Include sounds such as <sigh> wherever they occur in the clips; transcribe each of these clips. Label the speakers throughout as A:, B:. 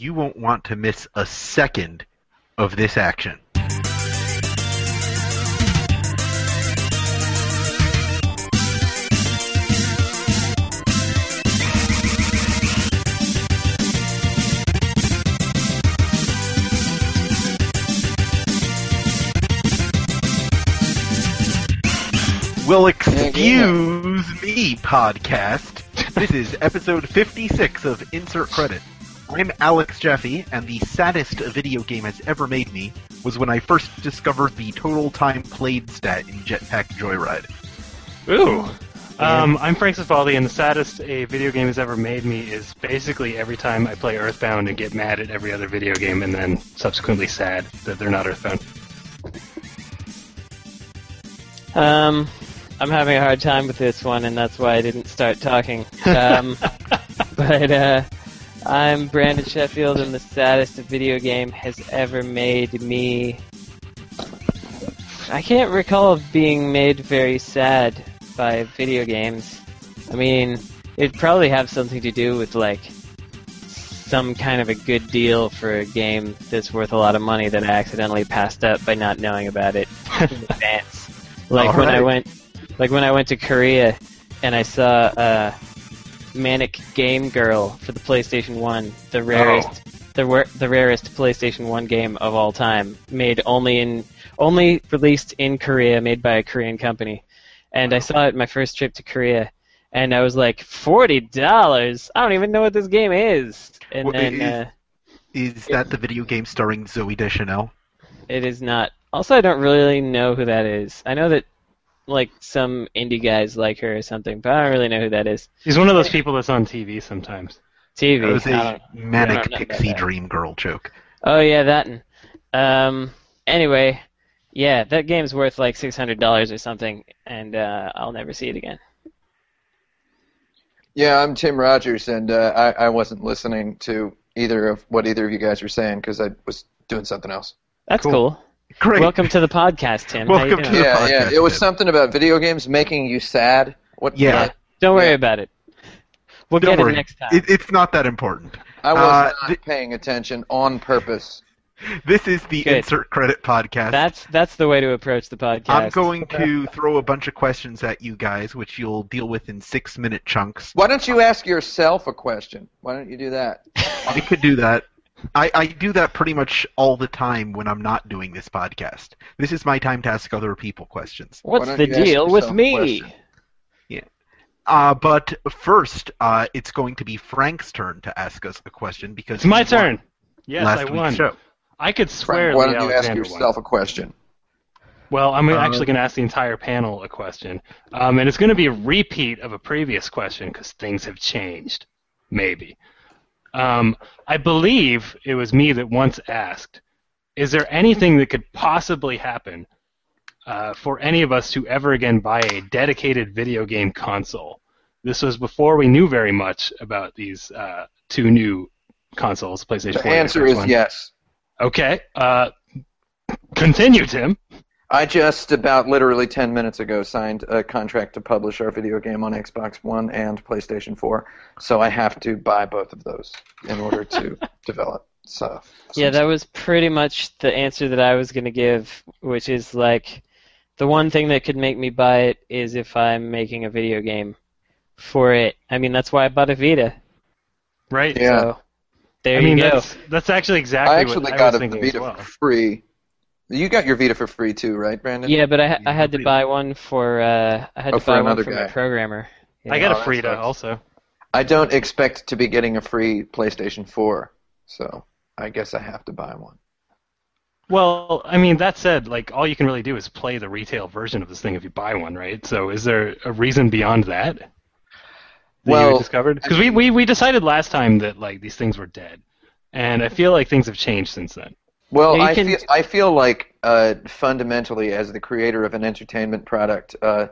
A: You won't want to miss a second of this action. Well, excuse me, podcast. This is episode 56 of Insert Credit. I'm Alex Jaffe, and the saddest a video game has ever made me was when I first discovered the total time played stat in Jetpack Joyride.
B: Ooh. Um, I'm Frank Cifaldi, and the saddest a video game has ever made me is basically every time I play Earthbound and get mad at every other video game, and then subsequently sad that they're not Earthbound.
C: Um, I'm having a hard time with this one, and that's why I didn't start talking. Um, but uh, I'm Brandon Sheffield, and the saddest a video game has ever made me. I can't recall of being made very sad by video games. I mean, it'd probably have something to do with like some kind of a good deal for a game that's worth a lot of money that I accidentally passed up by not knowing about it in advance. Like
A: All
C: when I
A: right.
C: went, like when I went to Korea and I saw uh, Manic Game Girl for the PlayStation One, the rarest,
A: Oh.
C: the wor- the rarest PlayStation One game of all time, made only in only released in Korea, made by a Korean company. And I saw it my first trip to Korea, and I was like, forty dollars? I don't even know what this game is. And
A: Well, it
C: then
A: is-
C: uh,
A: Is that the video game starring Zoe Deschanel?
C: it is not. Also, I don't really know who that is. I know that like some indie guys like her or something, but I don't really know who that is.
B: He's one of those people that's on TV sometimes.
C: TV.
A: That was
C: I don't-
A: a manic
C: know about
A: pixie
C: that.
A: dream girl joke.
C: Oh yeah, that. one. Um. Anyway, yeah, that game's worth like six hundred dollars or something, and uh, I'll never see it again.
D: Yeah, I'm Tim Rogers, and uh, I, I wasn't listening to either of what either of you guys were saying because I was doing something else.
C: That's
A: Cool.
C: cool.
A: Great.
C: Welcome to the podcast, Tim. How you
A: Welcome to
C: doing?
A: the-
D: Yeah,
A: podcast
D: yeah, it was
A: did.
D: something about video games making you sad. What?
A: Yeah.
D: what?
C: Don't worry
D: yeah.
C: about it. We'll
A: Don't
C: get
A: worry.
C: it next time.
A: It, it's not that important.
D: I was
A: Uh,
D: not
A: th-
D: paying attention on purpose.
A: This is the
C: Good.
A: Insert Credit podcast.
C: that's that's the way to approach the podcast.
A: I'm going to throw a bunch of questions at you guys, which you'll deal with in six minute chunks.
D: Why don't you ask yourself a question? Why don't you do that?
A: I could do that. I, I do that pretty much all the time when I'm not doing this podcast. This is my time to ask other people questions.
C: What's
D: don't
C: the
D: you ask
C: deal with
D: yourself a
C: me?
D: question?
A: Uh, but first, uh, it's going to be Frank's turn to ask us a question because
B: It's my
A: he won
B: turn. Yes,
A: last
B: I
A: week's
B: won.
A: show.
B: I could swear
D: Why
B: Lee
D: don't you ask
B: Alexander won.
D: yourself a question?
B: Well, I'm
D: Uh-huh.
A: Uh,
B: actually going to ask the entire panel a question, um, and it's going to be a repeat of a previous question because things have changed. Maybe. Um, I believe it was me that once asked, "Is there anything that could possibly happen uh, for any of us to ever again buy a dedicated video game console?" This was before we knew very much about these uh, two new consoles, PlayStation. 4
D: The
B: and
D: answer
B: Xbox
D: is
B: One.
D: yes.
B: Okay. Uh, continue, Tim.
D: I just about literally 10 minutes ago signed a contract to publish our video game on Xbox One and PlayStation 4, so I have to buy both of those in order to develop stuff.
C: Yeah, that was pretty much the answer that I was going to give, which is like the one thing that could make me buy it is if I'm making a video game for it. I mean, that's why I bought a Vita.
B: Right.
D: Yeah.
C: So there
B: I mean,
C: you go.
B: That's, that's actually exactly
D: I actually
B: what I
D: got
B: was
D: a
B: thinking
D: Vita
B: as well.
D: for free. You got your Vita for free too, right, Brandon?
C: Yeah, but I, ha- I had to
A: Vita.
C: buy one for uh, I had
D: Oh,
C: to
D: for
C: buy one
D: another
C: for my
D: guy.
C: programmer. Yeah.
B: I got
D: Oh,
B: a
D: that
B: Frida
D: sucks.
B: also.
D: I don't expect to be getting a free PlayStation 4, so I guess I have to buy one.
B: Well, I mean, that said, like all you can really do is play the retail version of this thing if you buy one, right? So, is there a reason beyond that? that you
D: Well,
B: discovered because we, we we decided last time that like these things were dead, and I feel like things have changed since then.
D: Well,
C: Yeah, you
D: I
C: can-
D: feel I feel like uh, fundamentally, as the creator of an entertainment product, uh,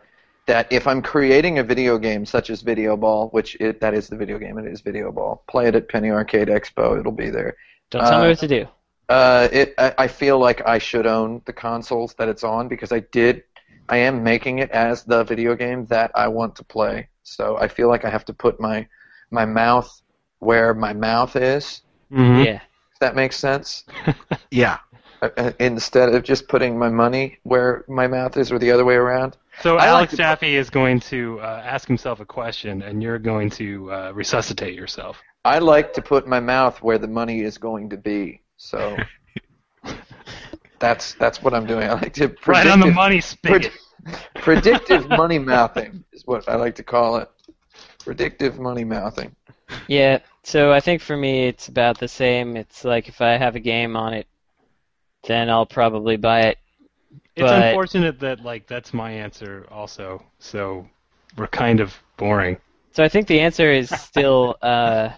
D: that if I'm creating a video game such as Video Ball, which it, that is the video game, it is Video Ball. Play it at Penny Arcade Expo; it'll be there.
C: Don't tell me
D: uh,
C: what to do.
D: Uh, it I, I feel like I should own the consoles that it's on because I did. I am making it as the video game that I want to play. So I feel like I have to put my my mouth where my mouth is
B: Mhm.
C: Yeah.
D: Does that make sense?
A: Yeah.
D: Uh, uh, Instead of just putting my money where my mouth is, or the other way around.
B: So
D: I like
B: Alex
D: to-
B: Jaffe is going to uh, ask himself a question, and you're going to uh, resuscitate yourself.
D: I like to put my mouth where the money is going to be.
B: <laughs>
D: So that's that's what I'm doing. I like to predictive,
B: Right on the money spigot.
D: pred- predictive money mouthing is what I like to call it. Predictive money mouthing.
C: Yeah. So I think for me it's about the same. It's like if I have a game on it, then I'll probably buy it.
B: It's
C: but-
B: unfortunate that like that's my answer also. So we're kind of boring.
C: So I think the answer is
D: <laughs>
C: still uh,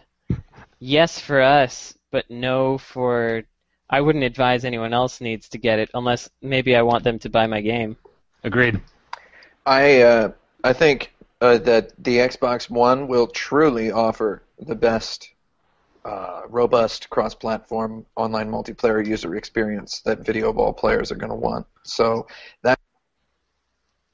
C: yes for us, but no for. I wouldn't advise anyone else needs to get it unless maybe I want them to buy my game.
B: Agreed.
D: I uh, I think uh, that the Xbox One will truly offer the best, uh, robust cross-platform online multiplayer user experience that video ball players are going to want. So that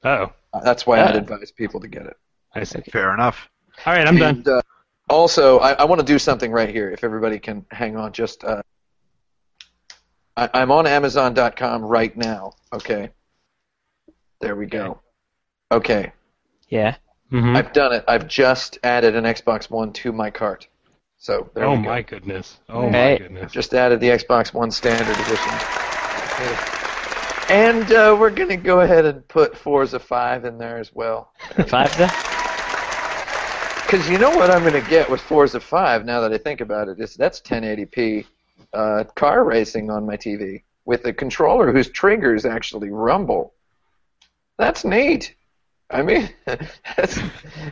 B: Oh,
D: that's why I'd
C: Yeah.
D: advise people to get it.
B: I see.
A: Fair enough.
B: All right, I'm
D: <laughs>
B: done.
D: And, uh, also, I, I want to do something right here. If everybody can hang on, just uh, I, I'm on Amazon.com right now. Okay, there we go. Okay,
C: Yeah.
B: Mhm.
D: I've done it. I've just added an Xbox One to my cart. So there
B: Oh
D: we go.
B: my goodness. Oh my
C: Alright.
B: goodness.
D: Just added the Xbox One Standard Edition. And uh, we're gonna go ahead and put Forza Five in there as well.
C: Five though.
D: Because you know what I'm going to get with Forza 5 now that I think about it is that's 1080p uh, car racing on my TV with a controller whose triggers actually rumble. That's neat. I mean, <laughs> that's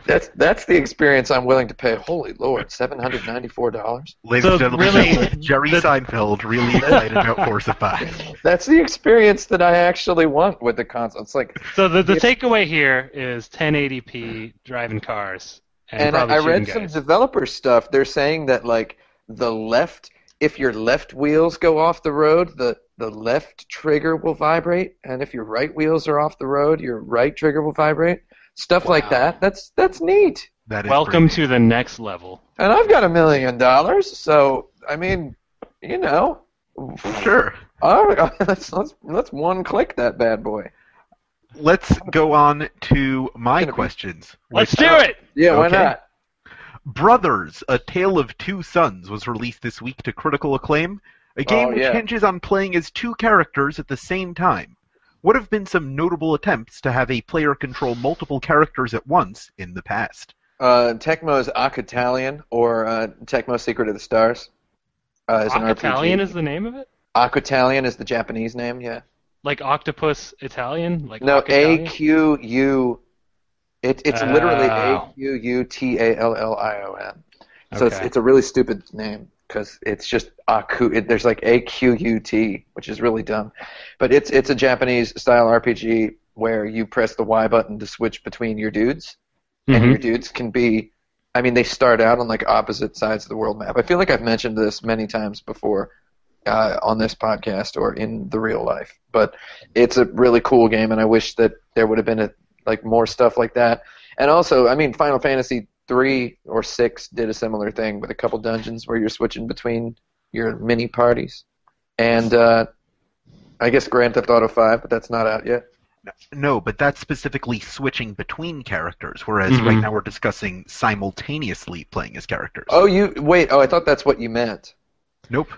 D: that's that's the experience I'm willing to pay. Holy Lord, seven hundred ninety-four dollars.
A: Ladies
B: So,
A: and gentlemen,
B: really,
A: that was Jerry Seinfeld
B: <laughs>
A: really excited about Forza 5.
D: That's the experience that I actually want with the console. It's like,
B: So the, the
D: If-
B: takeaway here is 1080p driving cars and,
D: and,
B: probably
D: I
B: shooting
D: read some
B: guys.
D: developer stuff. They're saying that like the left, if your left wheels go off the road, the the left trigger will vibrate, and if your right wheels are off the road, your right trigger will vibrate. Stuff like
B: Wow.
D: that. That's that's neat.
A: That is
B: Welcome
A: pretty-
B: to the next level.
D: And I've got a million dollars, so I mean, you know,
A: Sure.
D: all right, <laughs> let's let's let's one click that bad boy.
A: Let's go on to my
D: Gonna be-
A: questions.
B: Let's
A: which
B: do
A: are-
B: it.
D: Yeah, why
A: Okay.
D: not?
A: Brothers: A Tale of Two Sons was released this week to critical acclaim, a game
D: Oh,
A: which
D: yeah.
A: hinges on playing as two characters at the same time. What have been some notable attempts to have a player control multiple characters at once in the past?
D: Uh, Tecmo's Akatalion or uh, Tecmo Secret of the Stars uh, is an RPG.
B: Italian is the name of it?
D: Aquitalian is the Japanese name, yeah.
B: Like octopus Italian? Like
D: No, A
B: Octitalian?
D: Q U. It, it's literally
B: Oh.
D: A Q U T A L L I O N. So it's,
B: Okay.
D: it's a really stupid name because it's just Aku. It, there's like A Q U T, which is really dumb. But it's it's a Japanese style RPG where you press the Y button to switch between your dudes, and your
B: Mhm.
D: dudes can be. I mean, they start out on like opposite sides of the world map. I feel like I've mentioned this many times before uh, on this podcast or in the real life. But it's a really cool game, and I wish that there would have been a, like more stuff like that. And also, I mean, Final Fantasy three or six did a similar thing with a couple dungeons where you're switching between your mini parties. And uh, I guess Grand Theft Auto five, but that's not out yet.
A: No, but that's specifically switching between characters, whereas
B: Mhm.
A: right now we're discussing simultaneously playing as characters.
D: Mm-hmm. Oh, you wait. Oh, I thought that's what you meant.
A: Nope.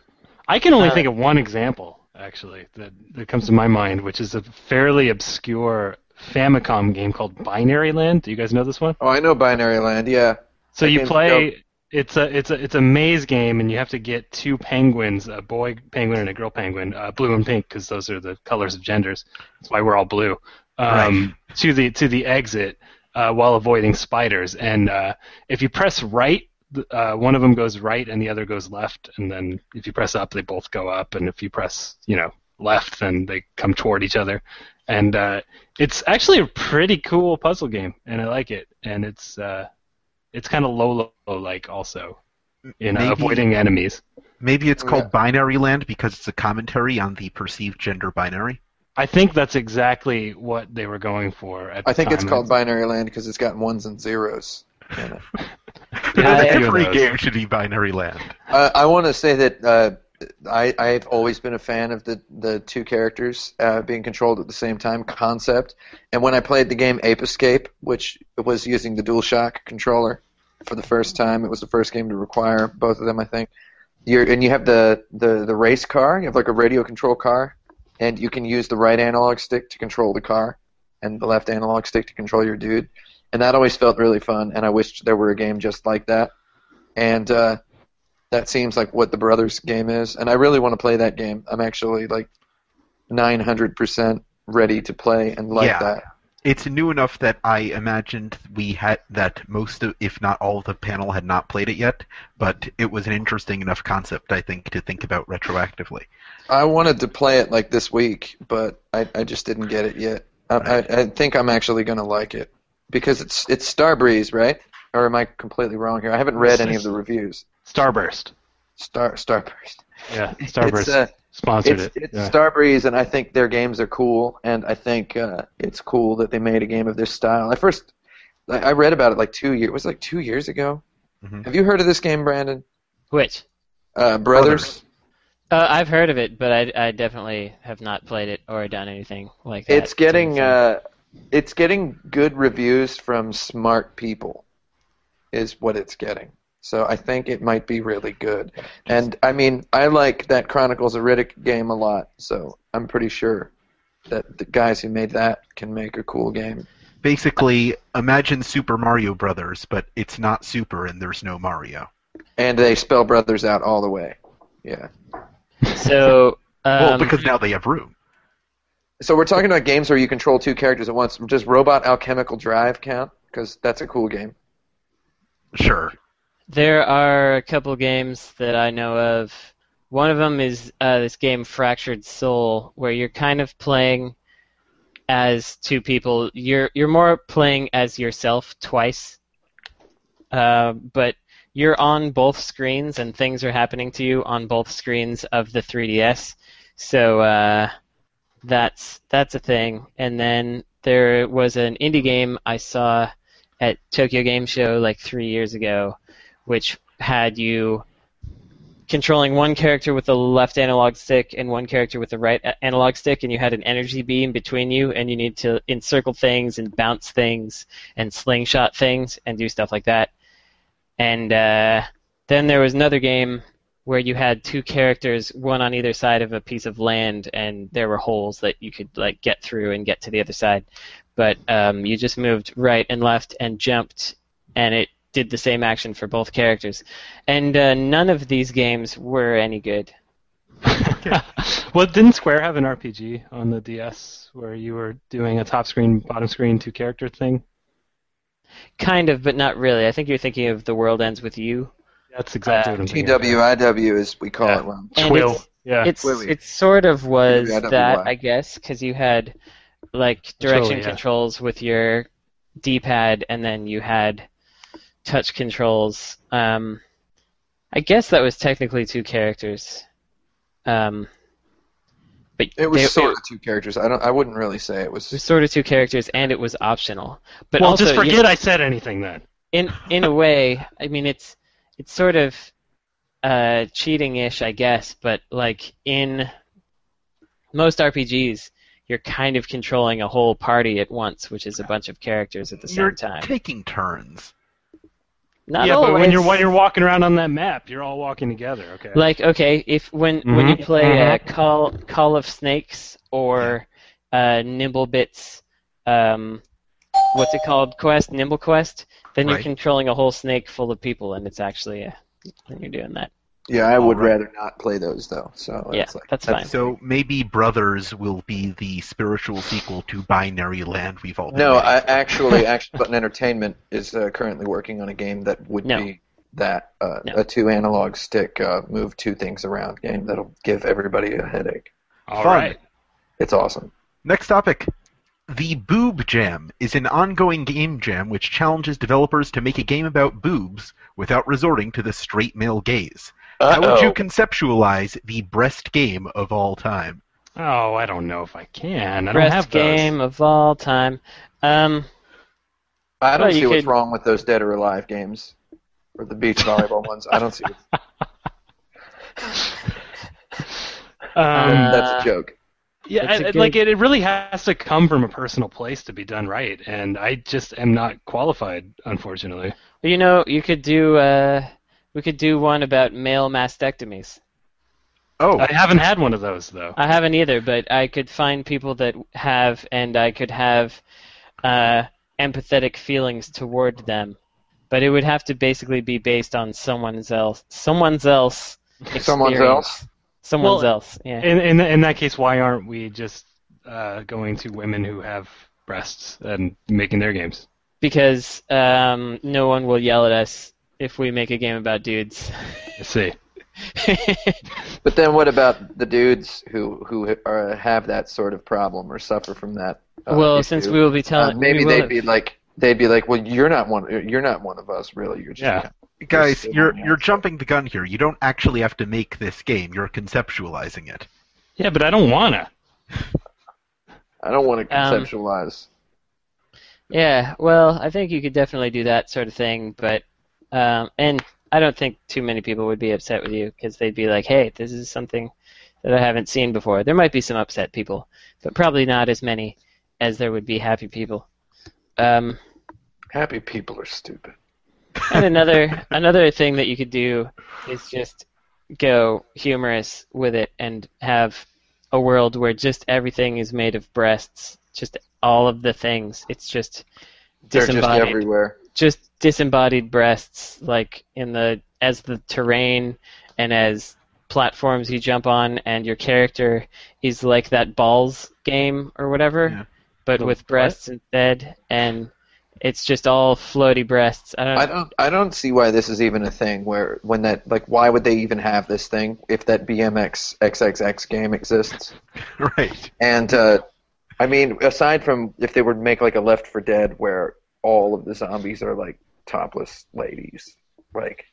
B: I can only
D: Uh,
B: think of one example, actually, that, that comes to my mind, which is a fairly obscure Famicom game called Binary Land. Do you guys know this one?
D: Oh, I know Binary Land. Yeah.
B: So
D: That
B: you
D: game's
B: play it's a it's a it's a maze game, and you have to get two penguins, a boy penguin and a girl penguin, uh, blue and pink, because those are the colors of genders. That's why we're all blue. Um, To the to the exit uh, while avoiding spiders, and uh, if you press right. th- Uh, one of them goes right and the other goes left, and then if you press up, they both go up, and if you press, you know, left, then they come toward each other, and uh, it's actually a pretty cool puzzle game, and I like it, and it's uh, it's kind of low low like also in uh,
A: Maybe-
B: avoiding enemies.
A: Maybe it's called
D: Oh, Yeah.
A: Binary Land because it's a commentary on the perceived gender binary.
B: I think that's exactly what they were going for. At
D: I
B: the
D: think it's
B: time.
D: called Binary Land because it's got ones and zeros. in it.
B: Yeah, a few of
A: Every
B: those.
A: game should be binary land.
D: Uh, I want to say that uh, I, I've always been a fan of the, the two characters uh, being controlled at the same time concept. And when I played the game Ape Escape, which was using the DualShock controller for the first time, it was the first game to require both of them, I think. You're, and you have the, the, the race car, you have like a radio control car, and you can use the right analog stick to control the car and the left analog stick to control your dude. And that always felt really fun, and I wished there were a game just like that. And uh, that seems like what the brothers game is and i really want to play that game i'm actually like 900% ready to play and like
A: Yeah.
D: that
A: It's new enough that I imagined we had that most of, if not all of the panel had not played it yet, but it was an interesting enough concept, I think, to think about retroactively.
D: i wanted to play it like this week but i, I just didn't get it yet I, I, I think i'm actually going to like it because it's it's starbreeze right or am i completely wrong here i haven't read any of the reviews
B: Starburst.
D: star starburst
B: Yeah, Starburst
D: <laughs> It's, uh,
B: sponsored
D: it's,
B: it. <laughs>
D: it's
B: yeah.
D: Starbreeze, and I think their games are cool, and I think uh, it's cool that they made a game of this style. I first, I I read about it like two years. Was it like two years ago?
B: Mm-hmm.
A: Mhm.
D: Have you heard of this game, Brandon?
C: Which?
D: Uh, Brothers.
C: Uh, I've heard of it, but I, I definitely have not played it or done anything like that.
D: It's getting,
C: So-
D: uh, it's getting good reviews from smart people, is what it's getting. So I think it might be really good. And I mean, I like that Chronicles of Riddick game a lot, so I'm pretty sure that the guys who made that can make a cool game.
A: Basically, imagine Super Mario Brothers, but it's not Super and there's no Mario.
D: And they spell brothers out all the way. Yeah.
C: so. Um,
A: well, because now they have room.
D: So we're talking about games where you control two characters at once. Does Robot Alchemical Drive count? Because that's a cool game.
A: Sure.
C: There are a couple games that I know of. One of them is uh, this game Fractured Soul, where you're kind of playing as two people. You're you're more playing as yourself twice, uh, but you're on both screens and things are happening to you on both screens of the 3DS. So uh, that's that's a thing. And then there was an indie game I saw at Tokyo Game Show like three years ago which had you controlling one character with the left analog stick and one character with the right a- analog stick and you had an energy beam between you and you need to encircle things and bounce things and slingshot things and do stuff like that and uh, then there was another game where you had two characters one on either side of a piece of land and there were holes that you could like get through and get to the other side but um, you just moved right and left and jumped and it did the same action for both characters. And uh, none of these games were any good.
B: well, didn't Square have an RPG on the DS where you were doing a top screen, bottom screen, two character thing?
C: Kind of, but not really. I think you're thinking of The World Ends With You.
B: That's exactly
C: Uh,
B: what I'm thinking. about.
D: TWIW is we call
B: Yeah.
D: it one.
C: And
B: Twill.
C: it's-
B: yeah.
C: It's,
D: Wait, wait.
C: it sort of was
D: Yeah, that'd be
C: that,
D: why.
C: I guess, because you had like direction
B: Controller, yeah.
C: controls with your D-pad, and then you had touch controls. Um, I guess that was technically two characters. Um, but
D: It was
C: they-
D: sort of two characters. I don't. I wouldn't really say it was.
C: It was sort of two characters, and it was optional. But
B: well,
C: also,
B: just
C: you-
B: forget I said anything then.
C: in in a way, I mean, it's it's sort of uh, cheating-ish, I guess. But like in most RPGs, you're kind of controlling a whole party at once, which is a bunch of characters at the same
A: you're
C: time.
A: taking turns.
C: Not
B: yeah,
C: always.
B: but when you're when you're walking around on that map, you're all walking together. Okay.
C: Like okay, if when when you
B: Mhm.
C: play
B: Mhm.
C: uh, Call Call of Snakes or uh, Nimblebits, um, what's it called? Quest Nimble Quest. Then you're
A: Right.
C: controlling a whole snake full of people, and it's actually a, when you're doing that.
D: Yeah, I would rather not play those though. So
C: yeah,
D: it's like,
C: that's, fine.
A: So maybe Brothers will be the spiritual sequel to Binary Land we've all been
D: No,
A: waiting
D: I <laughs> actually Action Button Entertainment is uh, currently working on a game that would
C: No.
D: be that uh,
C: No.
D: a two analog stick uh, move two things around game that'll give everybody a headache.
B: all
A: fun.
B: right.
D: It's awesome.
A: Next topic. The Boob Jam is an ongoing game jam which challenges developers to make a game about boobs without resorting to the straight male gaze. How would you conceptualize the breast game of all time?
B: Oh, I don't know if I can. I don't
C: Best
B: have those.
C: game of all time. Um,
D: I don't
C: Well, you
D: see what's
C: could-
D: wrong with those Dead or Alive games. or the beach volleyball
C: <laughs>
D: ones. I don't see. It.
B: Um,
D: That's a joke.
B: yeah,
C: That's Uh, a
B: I- I-
C: good-
B: like it, it really has to come from a personal place to be done right, and I just am not qualified, unfortunately.
C: You know, you could do uh, we could do one about male mastectomies.
A: Oh,
B: I haven't had one of those though.
C: I haven't either, but I could find people that have, and I could have uh, empathetic feelings toward them. But it would have to basically be based on someone's else, someone's else,
D: Someone's
C: experience.
D: else.
C: someone's
B: Well,
C: else. Yeah.
B: In in in that case, why aren't we just uh, going to women who have breasts and making their games?
C: because um, no one will yell at us if we make a game about dudes. <laughs>
B: I see.
D: But then what about the dudes who who are, have that sort of problem or suffer from that? uh,
C: well,
D: issue?
C: since we will be
D: Uh,
C: telling,
D: maybe
C: we will
D: they'd be like they'd be like, well, you're not one. You're not one of us, really. You're just
B: Yeah.
D: kind
A: guys,
D: Just-
A: you're you're jumping the gun here. You don't actually have to make this game. You're conceptualizing it. <laughs>
B: Yeah, but I don't wanna.
D: of- I don't want to
C: Um,
D: conceptualize.
C: Yeah, well, I think you could definitely do that sort of thing, but um, and I don't think too many people would be upset with you because they'd be like, "Hey, this is something that I haven't seen before." There might be some upset people, but probably not as many as there would be happy people. Um,
D: Happy people are stupid.
C: and another another thing that you could do is just go humorous with it and have a world where just everything is made of breasts, just all of the things. It's just
D: They're just
C: disembodied
D: everywhere.
C: just disembodied breasts like in the as the terrain and as platforms you jump on and your character is like that balls game or whatever
A: Yeah.
C: but
B: The
C: with
B: what?
C: breasts instead and it's just all floaty breasts i don't
D: I don't. I don't see why this is even a thing. Where when that like, why would they even have this thing if that BMX XXX game exists?
A: right.
D: And uh, I mean, aside from if they were to make like a Left for Dead where all of the zombies are like topless ladies, like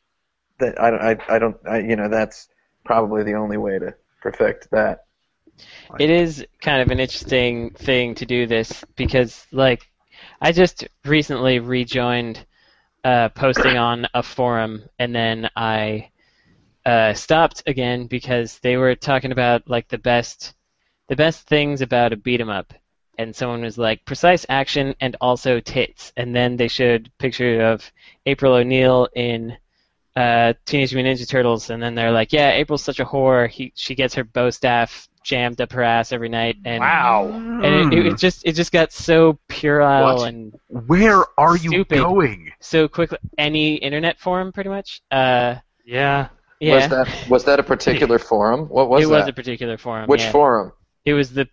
D: that. I don't. I, I don't. I, you know, that's probably the only way to perfect that.
C: it is kind of an interesting thing to do this because like i just recently rejoined uh, posting on a forum and then i uh, stopped again because they were talking about like the best the best things about a beat 'em up and someone was like precise action and also tits and then they showed picture of april o'neil in uh, Teenage Mutant Ninja Turtles, and then they're like, "Yeah, April's such a whore. He, she gets her bow staff jammed up her ass every night." And
B: Wow.
C: and it, it just it just got so puerile
D: What?
C: and
A: Where are you
C: Stupid.
A: going?
C: so quickly. Any internet forum, pretty much. Uh,
B: Yeah.
C: yeah,
D: Was that was that
C: <laughs>
D: a particular forum? What was
C: it
D: that?
C: was a particular forum.
D: Which
C: yeah.
D: forum?
C: It was the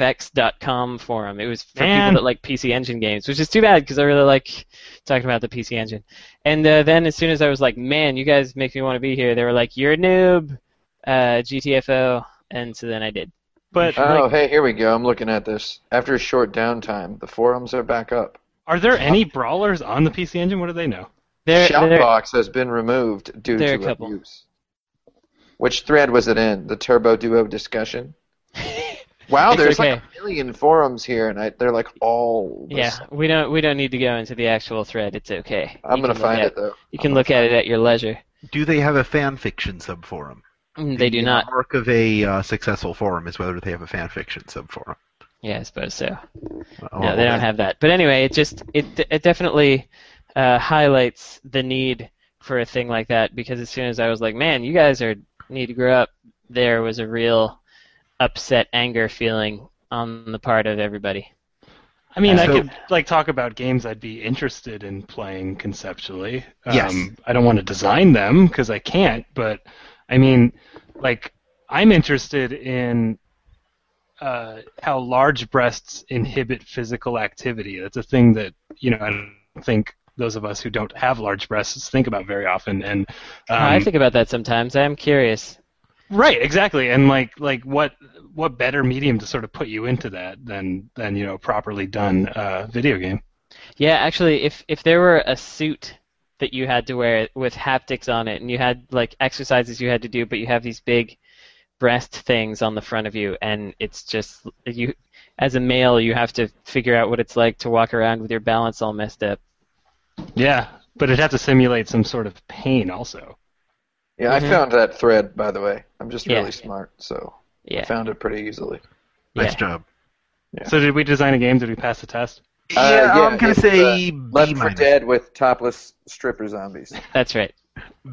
C: PCEngineFX.com forum. It was for
B: Man.
C: people that like PC Engine games, which is too bad because I really like talking about the PC Engine. And uh, then as soon as I was like, "Man, you guys make me want to be here," they were like, "You're a noob, uh, GTFO," and so then I did.
B: But
D: Oh,
B: like,
D: hey, here we go. I'm looking at this. After a short downtime, the forums are back up.
B: are there any brawlers on the PC Engine? What do they know?
C: There, there,
D: Shoutbox has been removed due
C: There are a
D: to
C: couple.
D: abuse. Which thread was it in? The Turbo Duo discussion?
C: <laughs>
D: Wow,
C: It's
D: there's like
C: okay.
D: a million forums here, and I, they're like all. the
C: yeah,
D: s-
C: we don't we don't need to go into the actual thread. It's okay. You
D: I'm gonna
C: can look
D: find
C: at-
D: it though.
C: You can look at it at your leisure.
A: Do they have a fan fiction subforum?
C: Mm, They do not.
A: The mark of a uh, successful forum is whether they have a fan fiction subforum.
C: Yeah, I suppose so.
A: Oh,
C: no, they don't have that. But anyway, it just it it definitely uh, highlights the need for a thing like that because as soon as I was like, man, you guys are need to grow up, there was a real upset anger feeling on the part of everybody.
B: I mean, I
A: So-
B: could like talk about games I'd be interested in playing conceptually. Um,
A: Yes.
B: I don't want to design them because I can't. But I mean, like I'm interested in uh, how large breasts inhibit physical activity. That's a thing that you know I don't think those of us who don't have large breasts think about very often. And um,
C: I think about that sometimes. I'm curious.
B: Right, exactly, and like like what what better medium to sort of put you into that than than you know a properly done uh, video game?
C: Yeah, actually, if if there were a suit that you had to wear with haptics on it, and you had like exercises you had to do, but you have these big breast things on the front of you, and it's just you as a male, you have to figure out what it's like to walk around with your balance all messed up.
B: Yeah, But it'd have to simulate some sort of pain also.
D: Yeah,
C: Mhm.
D: I found that thread by the way. I'm just
C: Yeah.
D: really smart, so I
C: Yeah.
D: found it pretty easily.
A: Nice
C: Yeah.
A: job.
B: So did we design a game? Did we pass the test?
A: Yeah,
D: Uh, yeah,
A: I'm gonna
D: it's,
A: say
D: Left
A: B
D: for
A: minus.
D: Dead with topless stripper zombies.
C: That's right.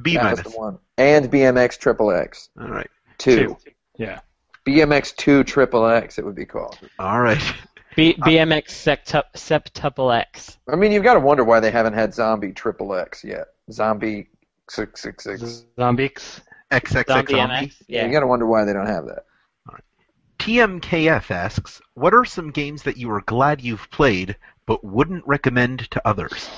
A: B
D: that
A: minus.
D: was the one. And BMX Triple X
A: All right.
D: two.
B: Yeah.
D: BMX two Triple X it would be called.
A: All right. <laughs>
C: B- BMX sectu- septuple X.
D: I mean, you've got to wonder why they haven't had Zombie Triple X yet. Zombie six six six.
B: Zombies.
A: XXX
C: Zombie
A: zombie.
C: MX.
D: You
C: Yeah.
D: got to wonder why they don't have that.
A: TMKF asks, "What are some games that you are glad you've played but wouldn't recommend to others?"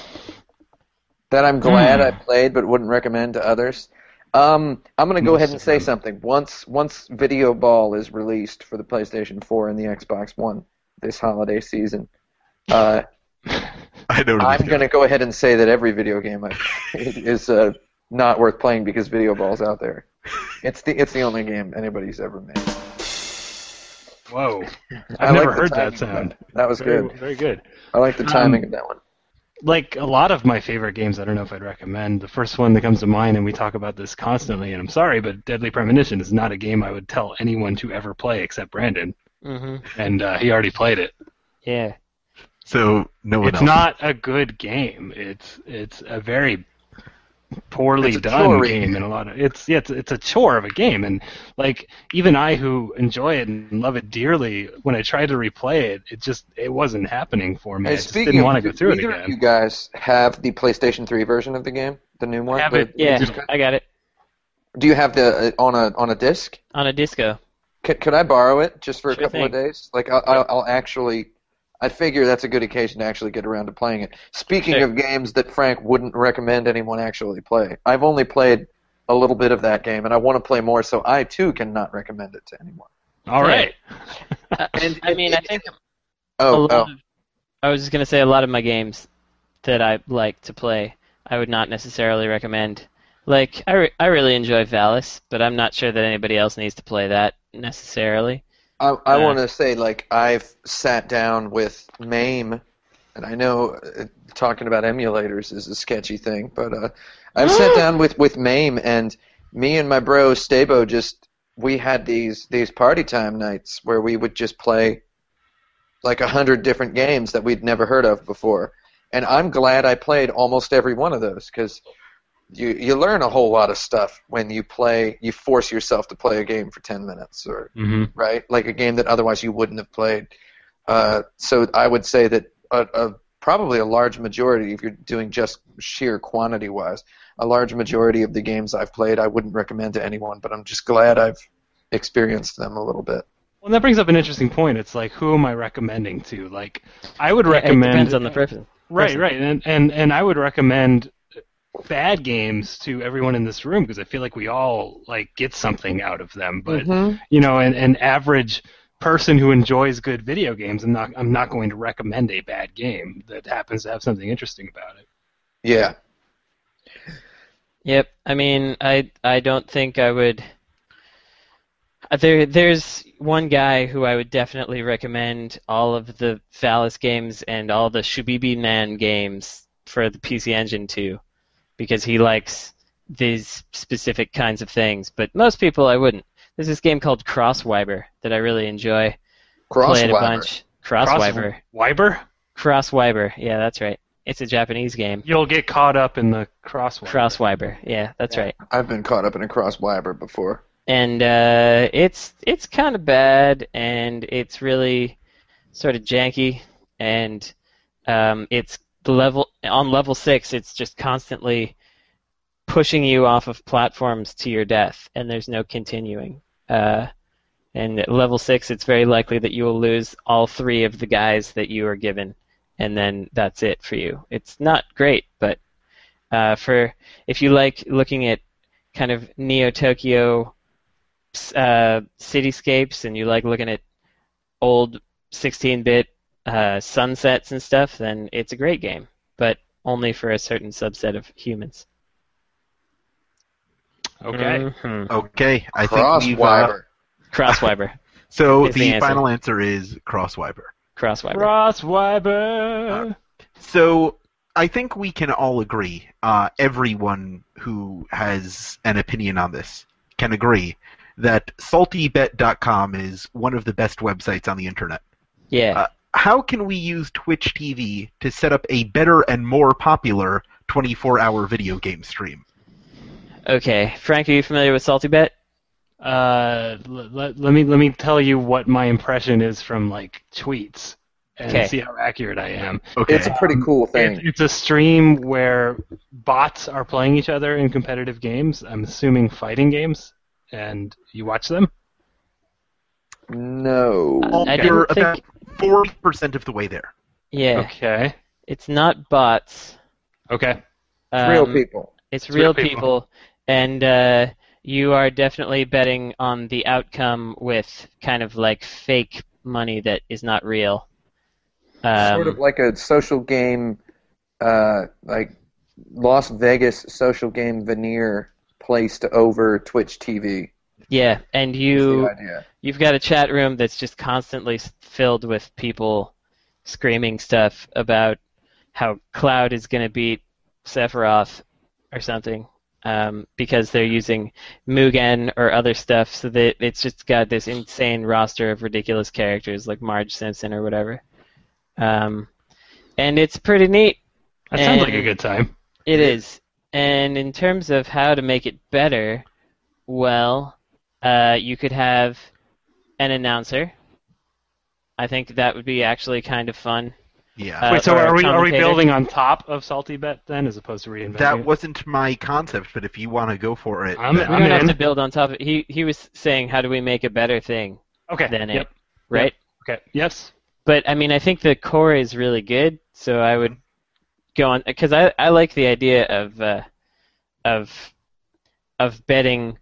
A: <laughs>
D: That I'm glad
B: Hmm.
D: I played, but wouldn't recommend to others. Um, I'm going to go ahead and say something. Once once Video Ball is released for the PlayStation 4 and the Xbox One this holiday season,
B: <laughs>
D: uh,
A: I know. what
D: I'm
A: it is.
D: going to go ahead and say that every video game I <laughs> is uh, not worth playing because Video Ball's out there. It's the it's the only game anybody's ever made.
B: Whoa. I've
D: I
B: never
D: like the
B: heard
D: timing
B: that
D: of
B: sound.
D: That was
B: Very,
D: good.
B: very good.
D: I like the
B: Um,
D: timing of that one.
B: Like a lot of my favorite games, I don't know if I'd recommend. The first one that comes to mind, and we talk about this constantly, and I'm sorry, but Deadly Premonition is not a game I would tell anyone to ever play except Brandon,
C: hmm
B: and uh, he already played it.
C: Yeah.
A: So no one
B: it's
A: else.
B: not a good game. It's it's a very poorly
D: It's a
B: done
D: chore.
B: game, and a lot of it's yeah, it's it's a chore of a game, and like even I who enjoy it and love it dearly, when I tried to replay it, it just it wasn't happening for me.
D: Hey,
B: I just
D: speaking
B: didn't
D: of
B: want to
D: which,
B: go through it
D: either of You
B: again.
D: guys have the PlayStation 3 version of the game, the new one.
B: have
D: The-
B: it,
C: Yeah.
B: Disco.
C: I got it
D: Do you have the uh, on a on a disc?
C: on a disco.
D: Could, could I borrow it just for a
C: Sure
D: couple of
C: thing.
D: days? Like I'll, I'll, I'll actually, I figure that's a good occasion to actually get around to playing it. Speaking
C: Sure.
D: of games that Frank wouldn't recommend anyone actually play, I've only played a little bit of that game, and I want to play more, so I too cannot recommend it to anyone.
B: All
C: Yeah.
B: right,
C: Uh, I mean, I think a
D: Oh,
C: lot
D: oh,
C: of- I was just gonna say a lot of my games that I like to play, I would not necessarily recommend. Like I, re- I really enjoy Valis, but I'm not sure that anybody else needs to play that necessarily.
D: I, I
C: Yeah.
D: want to say like I've sat down with Mame, and I know uh, talking about emulators is a sketchy thing, but uh, I've sat down with with Mame and me and my bro Stabo just we had these these party time nights where we would just play like a hundred different games that we'd never heard of before, and I'm glad I played almost every one of those because. You, you learn a whole lot of stuff when you play you force yourself to play a game for 10 minutes or
B: hmm
D: right? Like a game that otherwise you wouldn't have played. Uh, so I would say that a, a, probably a large majority, if you're doing just sheer quantity wise, a large majority of the games I've played I wouldn't recommend to anyone, but I'm just glad I've experienced them a little bit.
B: well that brings up an interesting point. It's like who am I recommending to? Like I would
C: It
B: recommend
C: depends on the person.
B: Right,
C: person.
B: right, and and and I would recommend bad games to everyone in this room because I feel like we all like get something out of them. But
D: Mm-hmm.
B: you know, an, an average person who enjoys good video games, I'm not I'm not going to recommend a bad game that happens to have something interesting about it.
D: Yeah.
C: Yep. I mean, I I don't think I would. Uh, There there's one guy who I would definitely recommend all of the Valis games and all the Shubibi Nan games for the PC Engine too, because he likes these specific kinds of things. But most people, I wouldn't. There's this game called Crosswiber that I really enjoy. Play it a
D: Crosswiper.
C: bunch. Crosswiber.
B: Wiber?
C: Crosswiber. Yeah, that's right. It's a Japanese game.
B: You'll get caught up in the crosswalk.
C: Crosswiber. Yeah, that's right.
D: I've been caught up in a crosswiber before.
C: and uh, it's it's kind of bad, and it's really sort of janky, and um, it's the level on level six. It's just constantly pushing you off of platforms to your death, and there's no continuing. Uh, and at level six, it's very likely that you will lose all three of the guys that you are given, and then that's it for you. It's not great, but uh, for if you like looking at kind of Neo Tokyo uh, cityscapes and you like looking at old 16-bit uh, sunsets and stuff, then it's a great game, but only for a certain subset of humans.
B: Okay.
A: Mm-hmm.
C: Mhm.
A: Okay, I think we've. Uh,
D: Crosswiber.
C: Crosswiber.
A: so
C: Is
A: the
C: the answer.
A: final answer is Crosswiper.
C: Crosswiber.
B: Crosswiber.
A: So I think we can all agree. Uh, everyone who has an opinion on this can agree that saltybet.com is one of the best websites on the internet.
C: Yeah.
A: Uh, How can we use Twitch TV to set up a better and more popular 24-hour video game stream?
C: okay. Frank, are you familiar with Salty Bet?
B: Uh, l- let, let me let me tell you what my impression is from like tweets and
C: Okay.
B: see how accurate I am.
A: Okay.
D: It's a pretty cool
B: It's,
D: thing.
B: it's a stream where bots are playing each other in competitive games. I'm assuming fighting games, and you watch them.
D: No.
C: I
A: You're
C: didn't
A: about
C: think.
A: 40% of the way there.
C: Yeah.
B: Okay.
C: It's not bots.
B: Okay.
D: It's real
C: Um,
D: people.
C: It's
B: real
C: real
B: people.
C: people, and uh, you are definitely betting on the outcome with kind of like fake money that is not real. Um,
D: sort of like a social game, uh, like Las Vegas social game veneer placed over Twitch TV.
C: yeah, and
D: is the
C: you
D: idea.
C: you've got a chat room that's just constantly s- filled with people screaming stuff about how Cloud is going to beat Sephiroth or something um, because they're using Mugen or other stuff. So that it's just got this insane roster of ridiculous characters like Marge Simpson or whatever. Um, and it's pretty neat.
B: That sounds like
C: And-
B: a good time.
C: It is. And in terms of how to make it better, well, uh, you could have an announcer. I think that would be actually kind of fun.
A: Yeah.
C: Uh,
B: Wait, so
C: or a
B: are we are we
C: commentator.
B: building on top of Salty Bet then, as opposed to reinventing?
A: that
B: it?
A: wasn't my concept, but if you want to go for it,
B: I'm-
A: then-
C: We don't have
B: in.
C: to build on top of it. He, he was saying, how do we make a better thing
B: okay.
C: than
B: yep.
C: it, right?
B: Okay. Yes.
C: But, I mean, I think the core is really good, so I would go on. Because I, I like the idea of, uh, of, of betting,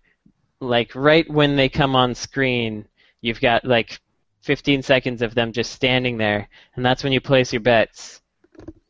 C: like, right when they come on screen, you've got, like, 15 seconds of them just standing there, and that's when you place your bets.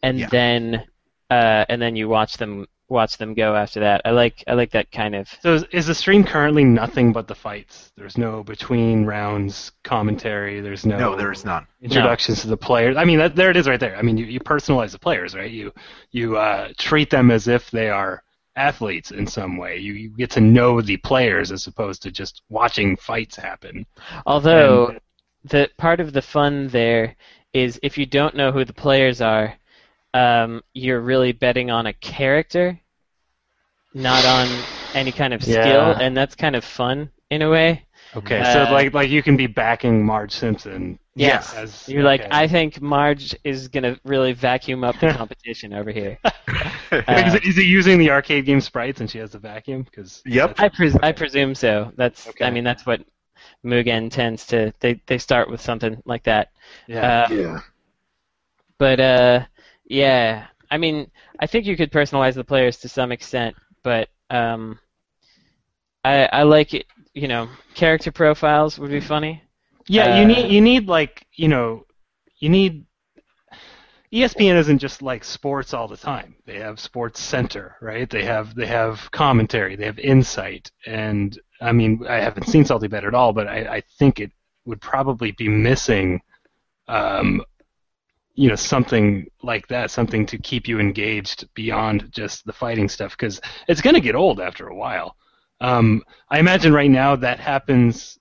C: And
A: Yeah.
C: then, uh, and then you watch them watch them go after that. I like I like that kind of
B: So is, is the stream currently nothing but the fights? There's no between rounds commentary. There's no.
A: no, there's none.
B: introductions to the players. I mean, that, there it is right there. I mean, you, you personalize the players, right? You you uh, treat them as if they are athletes in some way. You, you get to know the players as opposed to just watching fights happen.
C: Although the part of the fun there is if you don't know who the players are, um, you're really betting on a character, not on any kind of
B: Yeah.
C: skill, and that's kind of fun in a way.
A: <laughs>
B: Okay,
C: Uh,
B: so like like you can be backing Marge Simpson.
C: Yes.
B: as-
C: You're like,
B: okay.
C: I think Marge is gonna really vacuum up the
B: <laughs>
C: competition over here.
B: Wait, is,
C: uh,
B: it, is it using the arcade game sprites and she has the vacuum? Because
A: Yep.
C: I, pres- I presume so. That's
B: Okay.
C: I mean that's what Mugen tends to. They they start with something like that.
B: yeah.
C: Uh, But uh, yeah, I mean, I think you could personalize the players to some extent, but um, I I like it. You know, character profiles would be funny.
B: Yeah, you
C: Uh,
B: need you need like you know, you need. E ESPN isn't just like sports all the time. They have Sports Center, right? They have they have commentary, they have insight, and I mean I haven't seen Salty Bet at all, but I, I think it would probably be missing, um, you know, something like that, something to keep you engaged beyond just the fighting stuff, because it's going to get old after a while. Um, I imagine right now that happens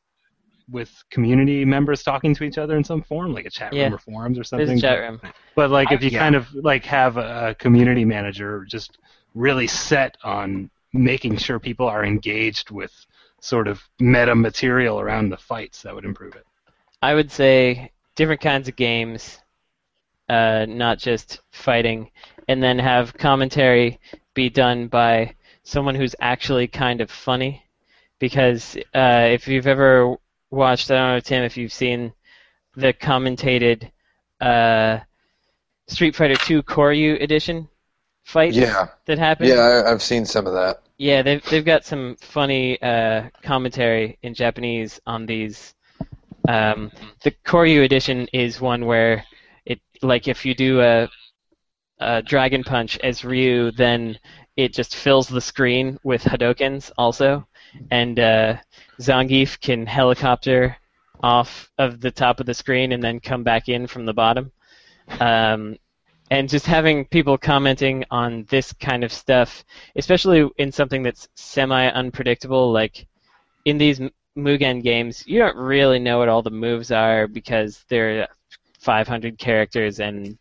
B: with community members talking to each other in some form, like a chat
C: Yeah.
B: room or forums or something.
C: There's a chat room.
B: But like, if you
A: Yeah.
B: kind of like have a community manager just really set on making sure people are engaged with sort of meta material around the fights, that would improve it.
C: I would say different kinds of games, uh, not just fighting, and then have commentary be done by someone who's actually kind of funny. Because uh, if you've ever watched, I don't know, Tim, if you've seen the commentated uh, Street Fighter II Koryu edition fights
D: Yeah.
C: that happened.
D: Yeah, I, I've seen some of that.
C: Yeah, they've they've got some funny uh, commentary in Japanese on these. Um, the Koryu edition is one where it like if you do a, a dragon punch as Ryu, then it just fills the screen with Hadokens also, and uh, Zangief can helicopter off of the top of the screen and then come back in from the bottom. Um, and just having people commenting on this kind of stuff, especially in something that's semi unpredictable, like in these M- Mugen games, you don't really know what all the moves are because they're 500 characters and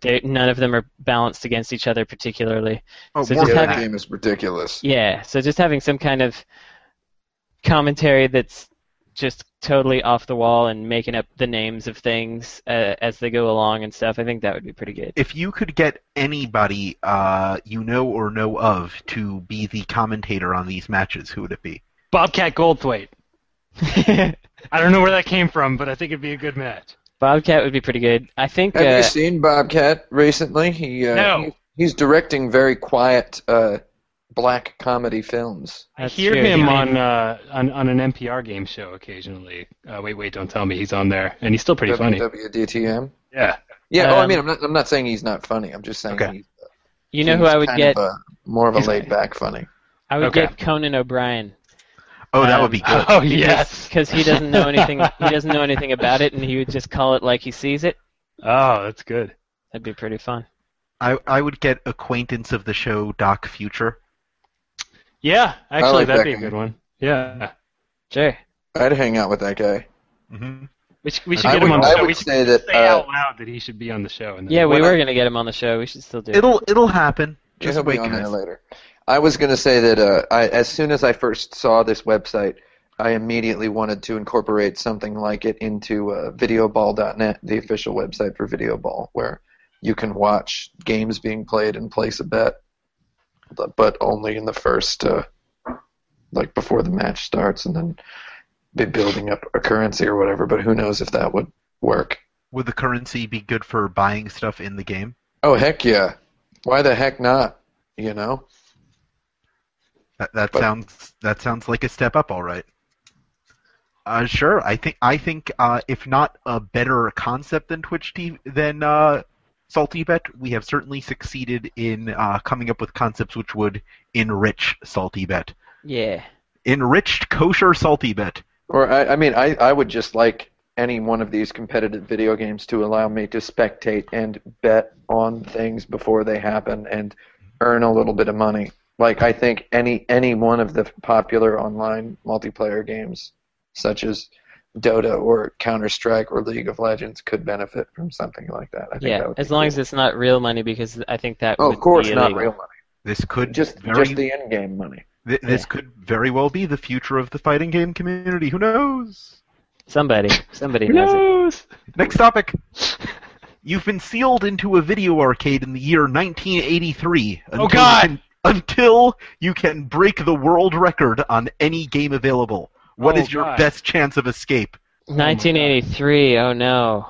C: they none of them are balanced against each other particularly.
A: Oh,
C: So
A: more
C: just
A: than
D: that
C: have-
A: that.
D: game is ridiculous.
C: Yeah, so just having some kind of commentary that's just totally off the wall and making up the names of things uh, as they go along and stuff, I think that would be pretty good.
A: If you could get anybody uh, you know or know of to be the commentator on these matches, who would it be?
C: <laughs>
B: Bobcat Goldthwait. I don't know where that came from, but I think it'd be a good match.
C: Bobcat would be pretty good. I think.
D: Have
C: uh,
D: you seen Bobcat recently? He uh,
B: No.
D: he- he's directing very quiet uh, black comedy films.
B: I
C: That's
B: hear
C: true.
B: him
C: Yeah.
B: on, uh, on on an NPR game show occasionally. Uh, wait, wait, don't tell me he's on there, and he's still pretty funny.
D: WWDTM.
B: Yeah,
D: Yeah. oh, I
C: Um,
D: mean, I'm not. I'm not saying he's not funny. I'm just saying
A: Okay.
D: he's,
C: you know who
D: he's
C: I would
D: kind
C: get?
D: of a- more of a
B: He's-
D: laid back funny.
C: I would
B: Okay.
C: get Conan O'Brien.
A: Oh, that
C: Um,
A: would be good.
B: <laughs>
C: <laughs>
B: Oh yes.
C: because he doesn't know
B: <laughs>
C: anything. he doesn't know anything about it, and he would just call it like he sees it.
B: Oh, that's good.
C: That'd be pretty fun.
A: I, I would get acquaintance of the show Doc Future.
B: Yeah, actually,
D: like
B: that'd
D: that
B: be a
D: guy.
B: good one. Yeah,
C: Sure.
D: I'd hang out with that guy.
A: Mm-hmm.
B: we should, we should
D: I
B: get
D: would,
B: him on the
D: I
B: show.
D: would
B: We should
D: say that.
B: say
D: uh,
B: out loud that he should be on the show. And then- <laughs>
C: Yeah, we
D: When
C: were
D: I-
C: gonna get him on the show. We should still do it.
A: It'll it'll happen. Just
D: He'll be
A: wait,
D: on there
A: guys.
D: later. I was going to say that uh, I, as soon as I first saw this website, I immediately wanted to incorporate something like it into uh, VideoBall.net, the official website for VideoBall, where you can watch games being played and place a bet, but- but only in the first, uh, like before the match starts, and then be building up a currency or whatever. But who knows if that would work?
A: Would the currency be good for buying stuff in the game?
D: Oh heck yeah! Why the heck not? You know.
A: That, that
D: But-
A: sounds that sounds like a step up, all right. Uh, sure. I think I think uh, if not a better concept than Twitch TV than uh, Salty Bet, we have certainly succeeded in uh, coming up with concepts which would enrich Salty Bet.
C: Yeah.
A: Enriched kosher Salty Bet.
D: Or I, I mean, I, I would just like any one of these competitive video games to allow me to spectate and bet on things before they happen and earn a little bit of money. Like I think any any one of the popular online multiplayer games, such as Dota or Counter Strike or League of Legends, could benefit from something like that. I think that
C: Yeah.
D: would
C: As
D: be
C: long
D: cool.
C: as it's not real money, because I think that.
D: oh,
C: would
D: of course,
C: be
D: not
C: illegal.
D: real money.
A: This could
D: Just
A: very
D: just the end game money.
A: thi- this
C: yeah.
A: could very well be the future of the fighting game community. Who knows?
C: Somebody. Somebody
D: <laughs>
B: Who
D: Oh
C: knows it.
B: knows?
A: Next topic. You've been sealed into a video arcade in the year 1983.
B: Oh, God.
A: You can, until you can break the world record on any game available. What
B: Oh,
A: is your
B: God.
A: best chance of escape?
C: 1983. Oh no.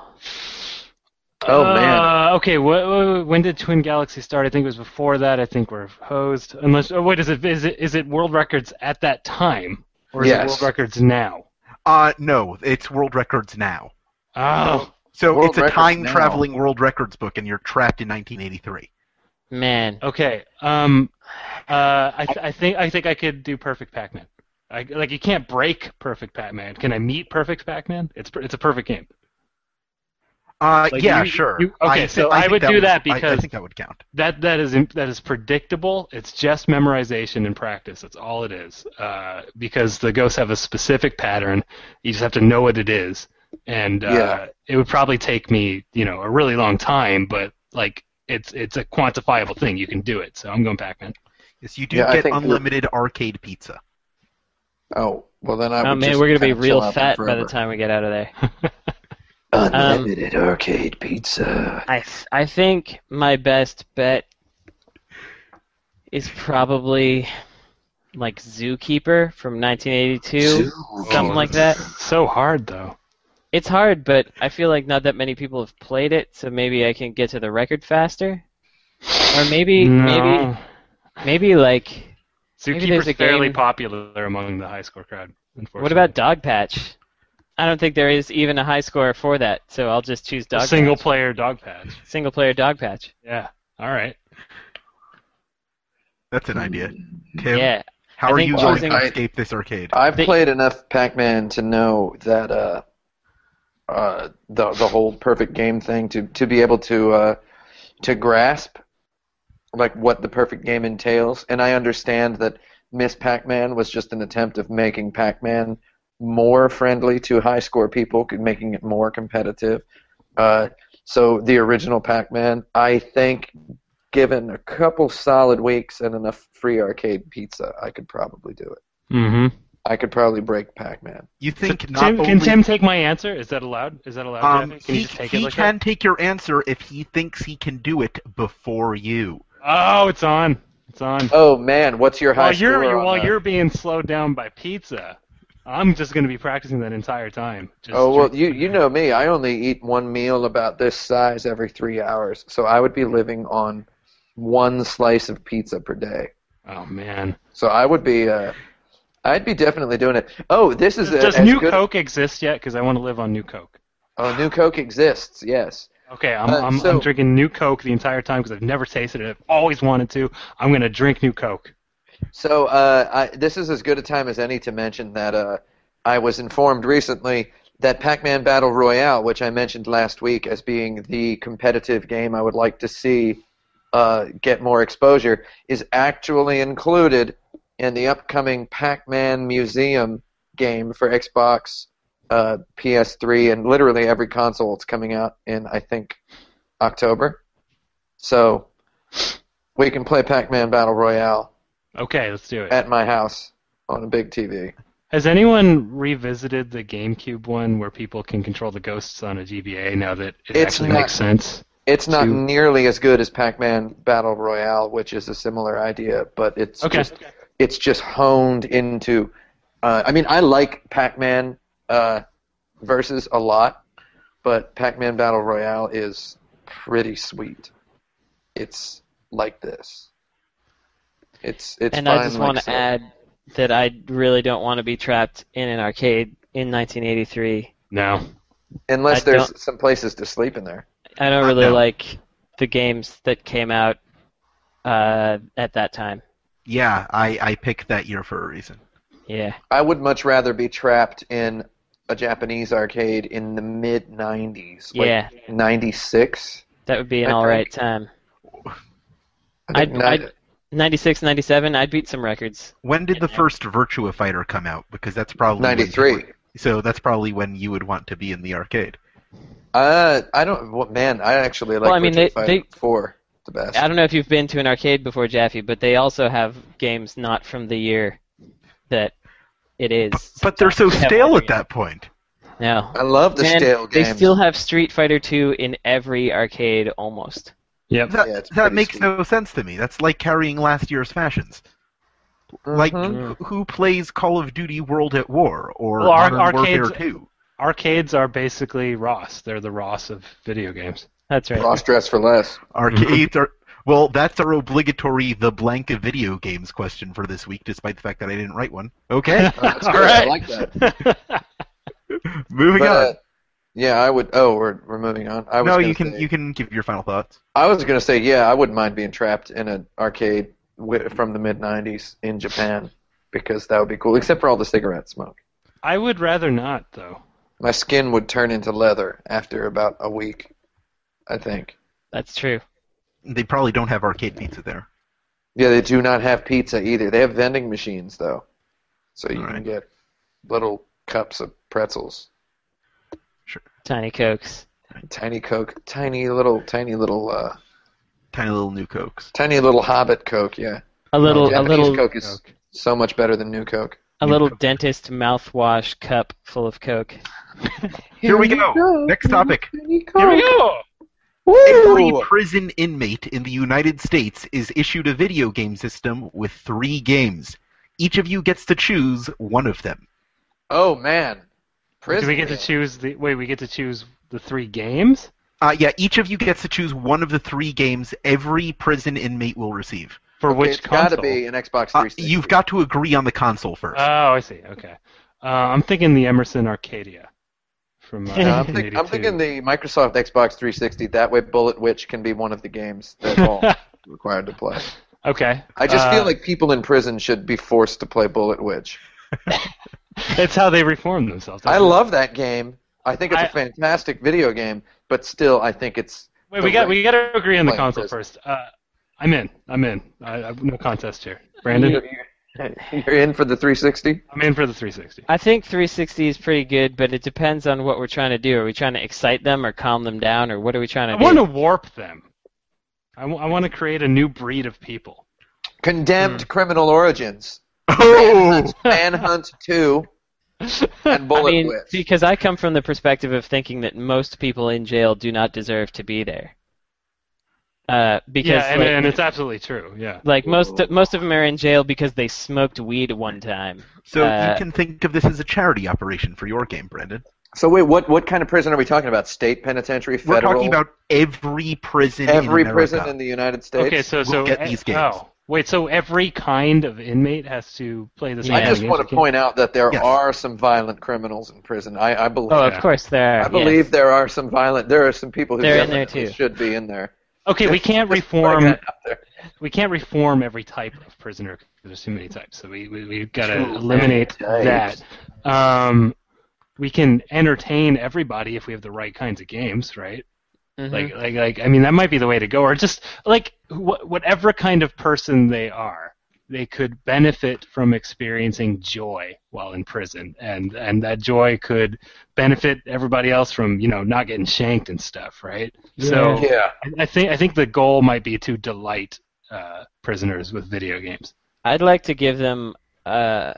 D: Oh, man.
B: Uh, okay, wh- wh- when did Twin Galaxy start? I think it was before that. I think we're hosed. Unless, oh, wait, is it is it is it world records at that time, or is it
D: Yes.
B: world records now?
A: Uh, no, it's world records now.
B: Oh,
A: So
D: World
A: it's a
D: records
A: time
D: now.
A: traveling world records book, and you're trapped in 1983.
C: Man.
B: okay. Um, uh, I, th- I think I think I could do Perfect Pac-Man. I, like you can't break Perfect Pac-Man. Can I meet Perfect Pac-Man? It's per- it's a perfect game.
A: Uh,
B: Like,
A: yeah,
B: you-
A: sure.
B: you- okay,
A: thi-
B: so I
A: think
B: would do
A: would-
B: that
A: I- I,
B: because-
A: think that would count.
B: That that is im- that is predictable. It's just memorization and practice. That's all it is. Uh, because the ghosts have a specific pattern. You just have to know what it is, and uh,
D: Yeah.
B: it would probably take me you know a really long time, but like it's it's a quantifiable thing. You can do it. So I'm going Pac-Man.
A: Yes, you do
D: Yeah, I
A: get
D: think you're-
A: unlimited arcade pizza.
D: Oh, well then I would
C: Oh man,
D: just
C: we're gonna be
D: kinda chill
C: real
D: out and
C: fat by the
D: forever.
C: time we get out of there.
D: Unlimited arcade pizza.
C: I, th- I think my best bet is probably like Zookeeper from 1982, something like that.
B: So hard though.
C: It's hard, but I feel like not that many people have played it, so maybe I can get to the record faster. Or maybe
B: No.
C: maybe maybe like Maybe there's
B: Zookeeper's
C: a
B: fairly
C: game-
B: popular among the high score crowd. Unfortunately.
C: what about Dogpatch? I don't think there is even a high score for that, so I'll just choose
B: A
C: Dogpatch.
B: single player dog patch?
C: single player Dogpatch.
B: Yeah. All right.
A: That's an idea.
B: Mm,
A: Tim,
C: Yeah.
A: how
C: I
A: are
C: think
A: you going
D: choosing-
A: to escape this arcade?
D: I've
C: They-
D: played enough Pac-Man to know that uh, uh, the the whole perfect game thing to to be able to uh, to grasp like what the perfect game entails. And I understand that Miss Pac-Man was just an attempt of making Pac-Man more friendly to high-score people, making it more competitive. Uh, so the original Pac-Man, I think, given a couple solid weeks and enough free arcade pizza, I could probably do it.
B: Mm-hmm.
D: I could probably break Pac-Man.
A: You think not
B: Tim,
A: only
B: Can Tim take my answer? Is that allowed? Is that allowed?
A: um,
B: Jeffy? can
A: he,
B: you just take
A: he
B: it like
A: can take your answer if he thinks he can do it before you.
B: that? Oh, it's on. It's on.
D: Oh man, what's your high
B: while you're
D: score on
B: while
D: that?
B: you're being slowed down by pizza, I'm just going to be practicing that entire time. Just
D: Oh well,
B: drink-
D: you you know me. I only eat one meal about this size every three hours, so I would be living on one slice of pizza per day.
B: Oh man,
D: So I would be, uh, I'd be definitely doing it. Oh, this is a,
B: does
D: as
B: New
D: good-
B: Coke exist yet? Because I want to live on New Coke.
D: Oh, New Coke exists. Yes.
B: Okay, I'm,
D: Uh,
B: I'm,
D: so-
B: I'm drinking New Coke the entire time because I've never tasted it. I've always wanted to. I'm gonna drink New Coke.
D: So uh, I, this is as good a time as any to mention that uh, I was informed recently that Pac-Man Battle Royale, which I mentioned last week as being the competitive game I would like to see uh, get more exposure, is actually included in the upcoming Pac-Man Museum game for Xbox, uh, PS3, and literally every console. It's coming out in I think October, so we can play Pac-Man Battle Royale
B: Okay, let's do it.
D: at my house on a big TV.
B: Has anyone revisited the GameCube one where people can control the ghosts on a GBA now that it
D: It's
B: actually
D: not-
B: makes sense?
D: It's not
B: Two.
D: nearly as good as Pac-Man Battle Royale, which is a similar idea, but it's
B: Okay.
D: just it's just honed into. Uh, I mean, I like Pac-Man uh, versus a lot, but Pac-Man Battle Royale is pretty sweet. It's like this. It's it's.
C: and
D: fine
C: I just
D: like
C: want to
D: so.
C: add that I really don't want to be trapped in an arcade in 1983.
B: No.
D: unless
C: I
D: there's
C: don't-
D: some places to sleep in there.
C: I don't really
A: No.
C: like the games that came out uh, at that time.
A: Yeah, I, I picked that year for a reason.
C: Yeah.
D: I would much rather be trapped in a Japanese arcade in the mid 90s. Like
C: Yeah.
D: 96.
C: That would be an
D: I
C: all
D: think-
C: right time. I'd-
D: think
C: I'd-
D: nine-
C: 96, 97, I'd beat some records.
A: When did the first Virtua Fighter come out? Because that's probably when you
D: 93.
A: were- so that's probably when you would want to be in the arcade.
D: Uh, I don't. Well, man, I actually like
C: Well, I mean,
D: Virtua
C: they-
D: Fighter
C: they-
D: 4 the best.
C: I don't know if you've been to an arcade before, Jaffe, but they also have games not from the year that it is.
A: But they're so
C: Sometimes they have
A: stale
C: other
A: at that point.
C: games. No.
D: I love the
C: Man,
D: stale
C: they
D: games.
C: still have Street Fighter 2 in every arcade almost.
B: Yep.
A: That,
D: Yeah, it's
A: that
D: pretty
A: makes
D: sweet.
A: no sense to me. That's like carrying last year's fashions. Like
D: Mhm.
A: who- who plays Call of Duty World at War or
B: Mm-hmm. Well, ar-
A: Modern
B: arcades-
A: Warfare 2?
B: Arcades are basically Ross. They're the Ross of video
D: <laughs>
B: games.
C: That's right.
D: Ross Dress
C: <laughs>
D: for Less.
B: Mm-hmm.
A: Arcades are well, that's our obligatory the blank of video games question for this week, despite the fact that I didn't write one.
B: <laughs>
A: Okay,
D: Oh, that's
B: All
D: good. I
B: right.
D: like that.
A: moving
D: But, uh,
A: on.
D: yeah, I would. Oh, we're, we're moving on. I was
A: No,
D: gonna
A: you can
D: say-
A: you can give your final thoughts.
D: I was gonna say, yeah, I wouldn't mind being trapped in an arcade wi- from the mid '90s in Japan because that would be cool. Except for all the cigarette smoke,
B: <laughs> I would rather not, though.
D: my skin would turn into leather after about a week, I think.
C: That's true.
A: They probably don't have arcade pizza there.
D: Yeah, they do not have pizza either. They have vending machines though, so you can
A: Alright.
D: get little cups of pretzels,
C: Tiny Cokes.
D: tiny Coke, tiny little, tiny little, uh,
A: Tiny little new cokes.
D: tiny little Hobbit Coke. Yeah,
C: A little, a
D: Japanese
C: little,
D: Coke is so much better than new Coke.
C: a
A: New
C: little
A: Coke.
C: dentist mouthwash cup full of Coke.
A: Here we go. Next topic.
B: Here we go.
A: Every prison inmate in the United States is issued a video game system with three games. Each of you gets to choose one of them.
D: Oh man,
B: Do
D: prison.
B: we get to
D: man.
B: choose the? Wait, we get to choose the three games.
A: Uh, yeah, each of you gets to choose one of the three games every prison inmate will receive.
B: For
D: Okay,
B: which
D: it's
B: console?
D: got to be an Xbox
A: Uh,
D: 360.
A: you've got to agree on the console first.
B: Oh, I see. Okay. Uh, I'm thinking the Emerson Arcadia from. Uh,
C: No,
D: I'm, think- I'm
B: 1982.
D: thinking the Microsoft Xbox 360. That way, Bullet Witch can be one of the games
B: <laughs>
D: that's all required to play.
B: okay.
D: I just
B: Uh,
D: feel like people in prison should be forced to play Bullet Witch.
B: that's how they reform themselves.
D: I
B: That's-
D: love that game. I think it's a
B: I-
D: fantastic video game, but still, I think it's
B: Wait, we got we got to agree on the
D: Like
B: console
D: prison.
B: first. Uh, I'm in. I'm in. I, I, no contest here. Brandon,
D: You're in for the 360.
B: I'm in for the 360.
C: I think 360 is pretty good, but it depends on what we're trying to do. Are we trying to excite them or calm them down, or what are we trying
B: I
C: to
B: want
C: do?
B: to warp them. I, w- I want to create a new breed of
D: <laughs>
B: people.
D: Condemned Criminal Origins.
A: <laughs>
D: <laughs>
A: Oh,
D: Manhunt 2 and
C: I
D: Bullet
C: mean,
D: Blitz.
C: because I come from the perspective of thinking that most people in jail do not deserve to be there. Uh, because
B: yeah, and,
C: like,
B: and it's absolutely true. Yeah.
C: like most
D: Whoa.
C: most of them are in jail because they smoked weed one time.
A: so
C: Uh,
A: you can think of this as a charity operation for your game, Brandon.
D: So wait, what what kind of prison are we talking about? State penitentiary,
A: We're
D: federal,
A: talking about every prison.
D: every
A: in America.
D: prison in the United States.
B: Okay, so
A: We'll
B: so
A: get
B: eh,
A: these games.
B: oh wait, so every kind of inmate has to play this.
C: I
D: I
B: kind of
D: just
B: games?
D: want
B: We
D: to
B: can't-
D: point out that there
A: Yes.
D: are some violent criminals in prison. I, I believe.
C: Oh, of
B: Yeah.
C: course there are.
D: I believe
C: yes.
D: there are some violent. There are some people who
C: They're in there,
D: definitely
C: too.
D: should be in there.
B: Okay, we can't
D: Just throwing
B: reform.
D: that out there.
B: we can't reform every type of prisoner. 'cause There's too many types, so we we have got to
D: Too
B: eliminate
D: many
B: that.
D: types.
B: Um, we can entertain everybody if we have the right kinds of games, right?
C: Mhm.
D: Mm-hmm.
B: Like like like I mean that might be the way to go, or just like wh- whatever kind of person they are, they could benefit from experiencing joy while in prison, and and that joy could benefit everybody else from you know not getting shanked and stuff, right? So
D: Yeah.
B: I- I think I think the goal might be to delight uh, prisoners with video games.
C: I'd like to give them uh,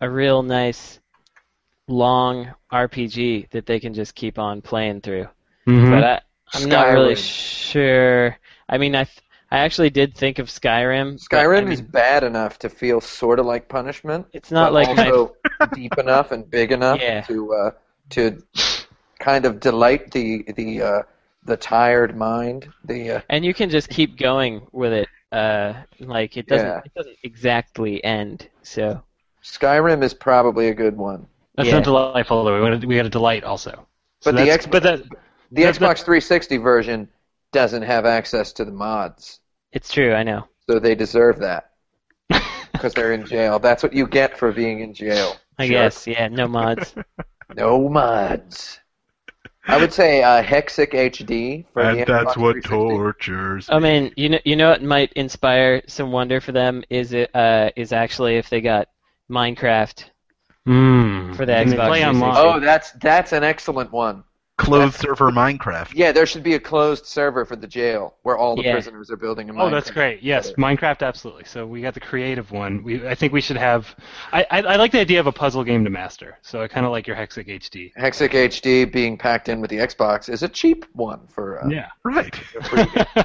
C: a real nice long RPG that they can just keep on playing through.
B: Mm-hmm.
C: But I, I'm not really
D: Skyrim.
C: sure. I mean, I th- I actually did think of Skyrim. but, I
D: Skyrim is
C: mean,
D: bad enough to feel sort of like punishment.
C: it's not
D: but
C: like my
D: also <laughs> deep enough and big enough
C: Yeah.
D: to uh, to kind of delight the the uh, the tired mind. The uh,
C: and you can just keep going with it. Uh, like it doesn't
D: Yeah.
C: it doesn't exactly end. So
D: Skyrim is probably a good one.
B: that's
C: yeah.
B: not delightful though. We got to, we got to delight also. So
D: But the
B: that's-
D: Xbox-
B: but that,
D: The
B: That's
D: Xbox 360 version doesn't have access to the mods,
C: it's true. I know.
D: so they deserve that because they're in jail. That's what you get for being in jail.
C: I
D: Sure.
C: guess. Yeah. No mods.
D: No mods. I would say uh, Hexic HD for the
A: And that's
D: Xbox
A: what
D: 360.
A: tortures.
C: I mean, you know, you know what might inspire some wonder for them is it uh, is actually if they got Minecraft.
B: mm,
C: For the
B: and they
C: Xbox
B: play online.
D: Oh, that's that's an excellent one.
A: Closed server Minecraft.
D: Yeah, there should be a closed server for the jail where all the
C: Yeah.
D: prisoners are building a Minecraft.
B: Oh, that's great. Yes, Minecraft, absolutely. So we got the creative one. We, I think we should have. I, I, I like the idea of a puzzle game to master. So I kind of like your Hexic HD.
D: Hexic HD being packed in with the Xbox is a cheap one for. Uh,
B: Yeah.
D: <laughs>
A: Right.
D: free.
B: <laughs>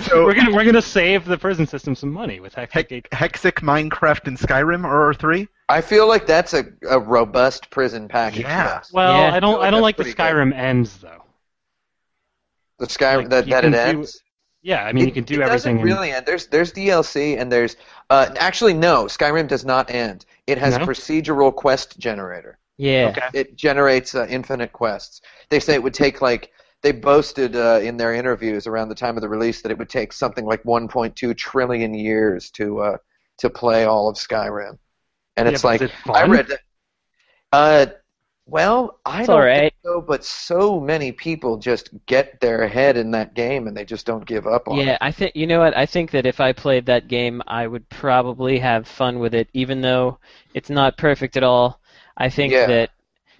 A: So-
B: we're gonna we're gonna save the prison system some money with Hexic
A: He-
B: HD.
A: Hexic, Minecraft, and Skyrim are our three.
D: I feel like that's a, a robust prison package.
A: Yeah.
D: for us.
B: Well,
C: Yeah.
B: I don't I
D: That's
B: don't like the
D: pretty good.
B: Skyrim ends though.
D: The Sky
B: Like,
D: that,
B: you
D: that
B: can
D: it
B: do
D: ends.
B: Yeah, I mean you can do
D: it
B: everything.
D: Doesn't really end. There's there's DLC and there's uh, actually no Skyrim does not end. It has
B: No?
D: procedural quest generator.
C: Yeah.
B: Okay.
D: It generates uh, infinite quests. They say it would take like they boasted uh, in their interviews around the time of the release that it would take something like 1.2 trillion years to uh, to play all of Skyrim, and
B: Yeah,
D: it's
B: but
D: like
B: is it
D: I
B: fun?
D: read that. Uh, well, I
C: It's
D: don't
C: all right.
D: think so, but so many people just get their head in that game and they just don't give up on
C: Yeah,
D: it.
C: I think you know what? I think that if I played that game, I would probably have fun with it, even though it's not perfect at all. I think
D: Yeah.
C: that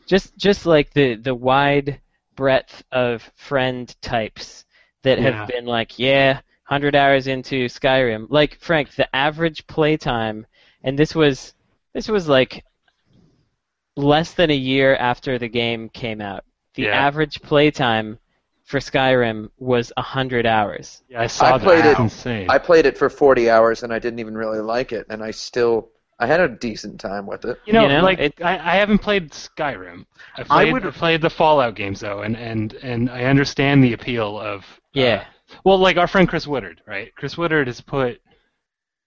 C: just just like the the wide breadth of friend types that
B: Yeah.
C: have been like, yeah, hundred hours into Skyrim. Like Frank, the average playtime, and this was this was like less than a year after the game came out. The
B: Yeah.
C: average playtime for Skyrim was hundred hours.
B: Yeah, I saw
D: played
B: that.
D: it-
B: That's insane.
D: I played it for 40 hours and I didn't even really like it, and I still I had a decent time with it.
B: you know,
C: you know,
B: like
C: it-
B: I, I haven't played Skyrim. I played, I
A: would-
B: played the Fallout games though, and and and I understand the appeal of uh,
C: Yeah.
B: well, like our friend Chris Woodard, right? Chris Woodard has put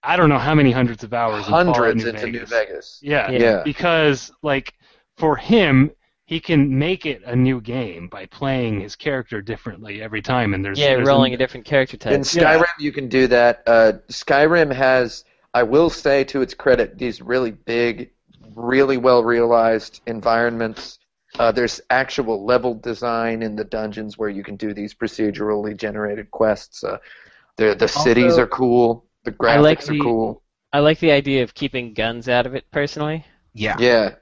B: I don't know how many hundreds of hours in Fallout
D: Hundreds
B: New
D: into
B: Vegas.
D: New Vegas.
B: Yeah,
C: Yeah.
D: Yeah.
B: because like for him, he can make it a new game by playing his character differently every time, and there's
C: Yeah,
B: there's
C: rolling
B: an-
C: a different character type.
D: In Skyrim, you can do that. Uh, Skyrim has, I will say to its credit, these really big, really well realized environments Uh, there's actual level design in the dungeons where you can do these procedurally generated quests. Uh, the the cities are cool. The graphics
C: like
D: are
C: the-
D: cool.
C: I like the idea of keeping guns out of it personally,
A: Yeah.
D: Yeah,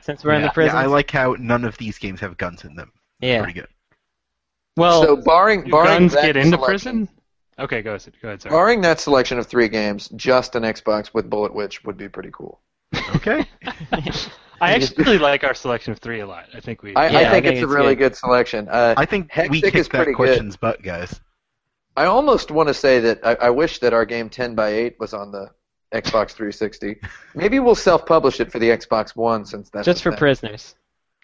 C: since we're in
B: Yeah.
C: the prison.
A: Yeah, I like how none of these games have guns in them.
C: Yeah.
A: Pretty good.
C: Well,
D: so barring
B: Do
D: barring
B: guns
D: that
B: get into
D: selection-
B: prison? Okay, go ahead. Go ahead. Sorry.
D: Barring that selection of three games, just an Xbox with Bullet Witch would be pretty cool. <laughs>
A: Okay.
B: I actually really like our selection of three a lot. I think we.
D: I,
C: Yeah,
D: I, think it's a really
C: good.
D: good, selection. Uh,
A: I think we
D: Hextech is
A: kicked
D: pretty
A: that
D: good.
A: question's butt, guys.
D: I almost want to say that I, I wish that our game 10 by 8 was on the Xbox 360. Maybe we'll self-publish it for the Xbox One since
C: <laughs>
D: that's
C: just
D: a
C: for
D: thing.
C: prisoners.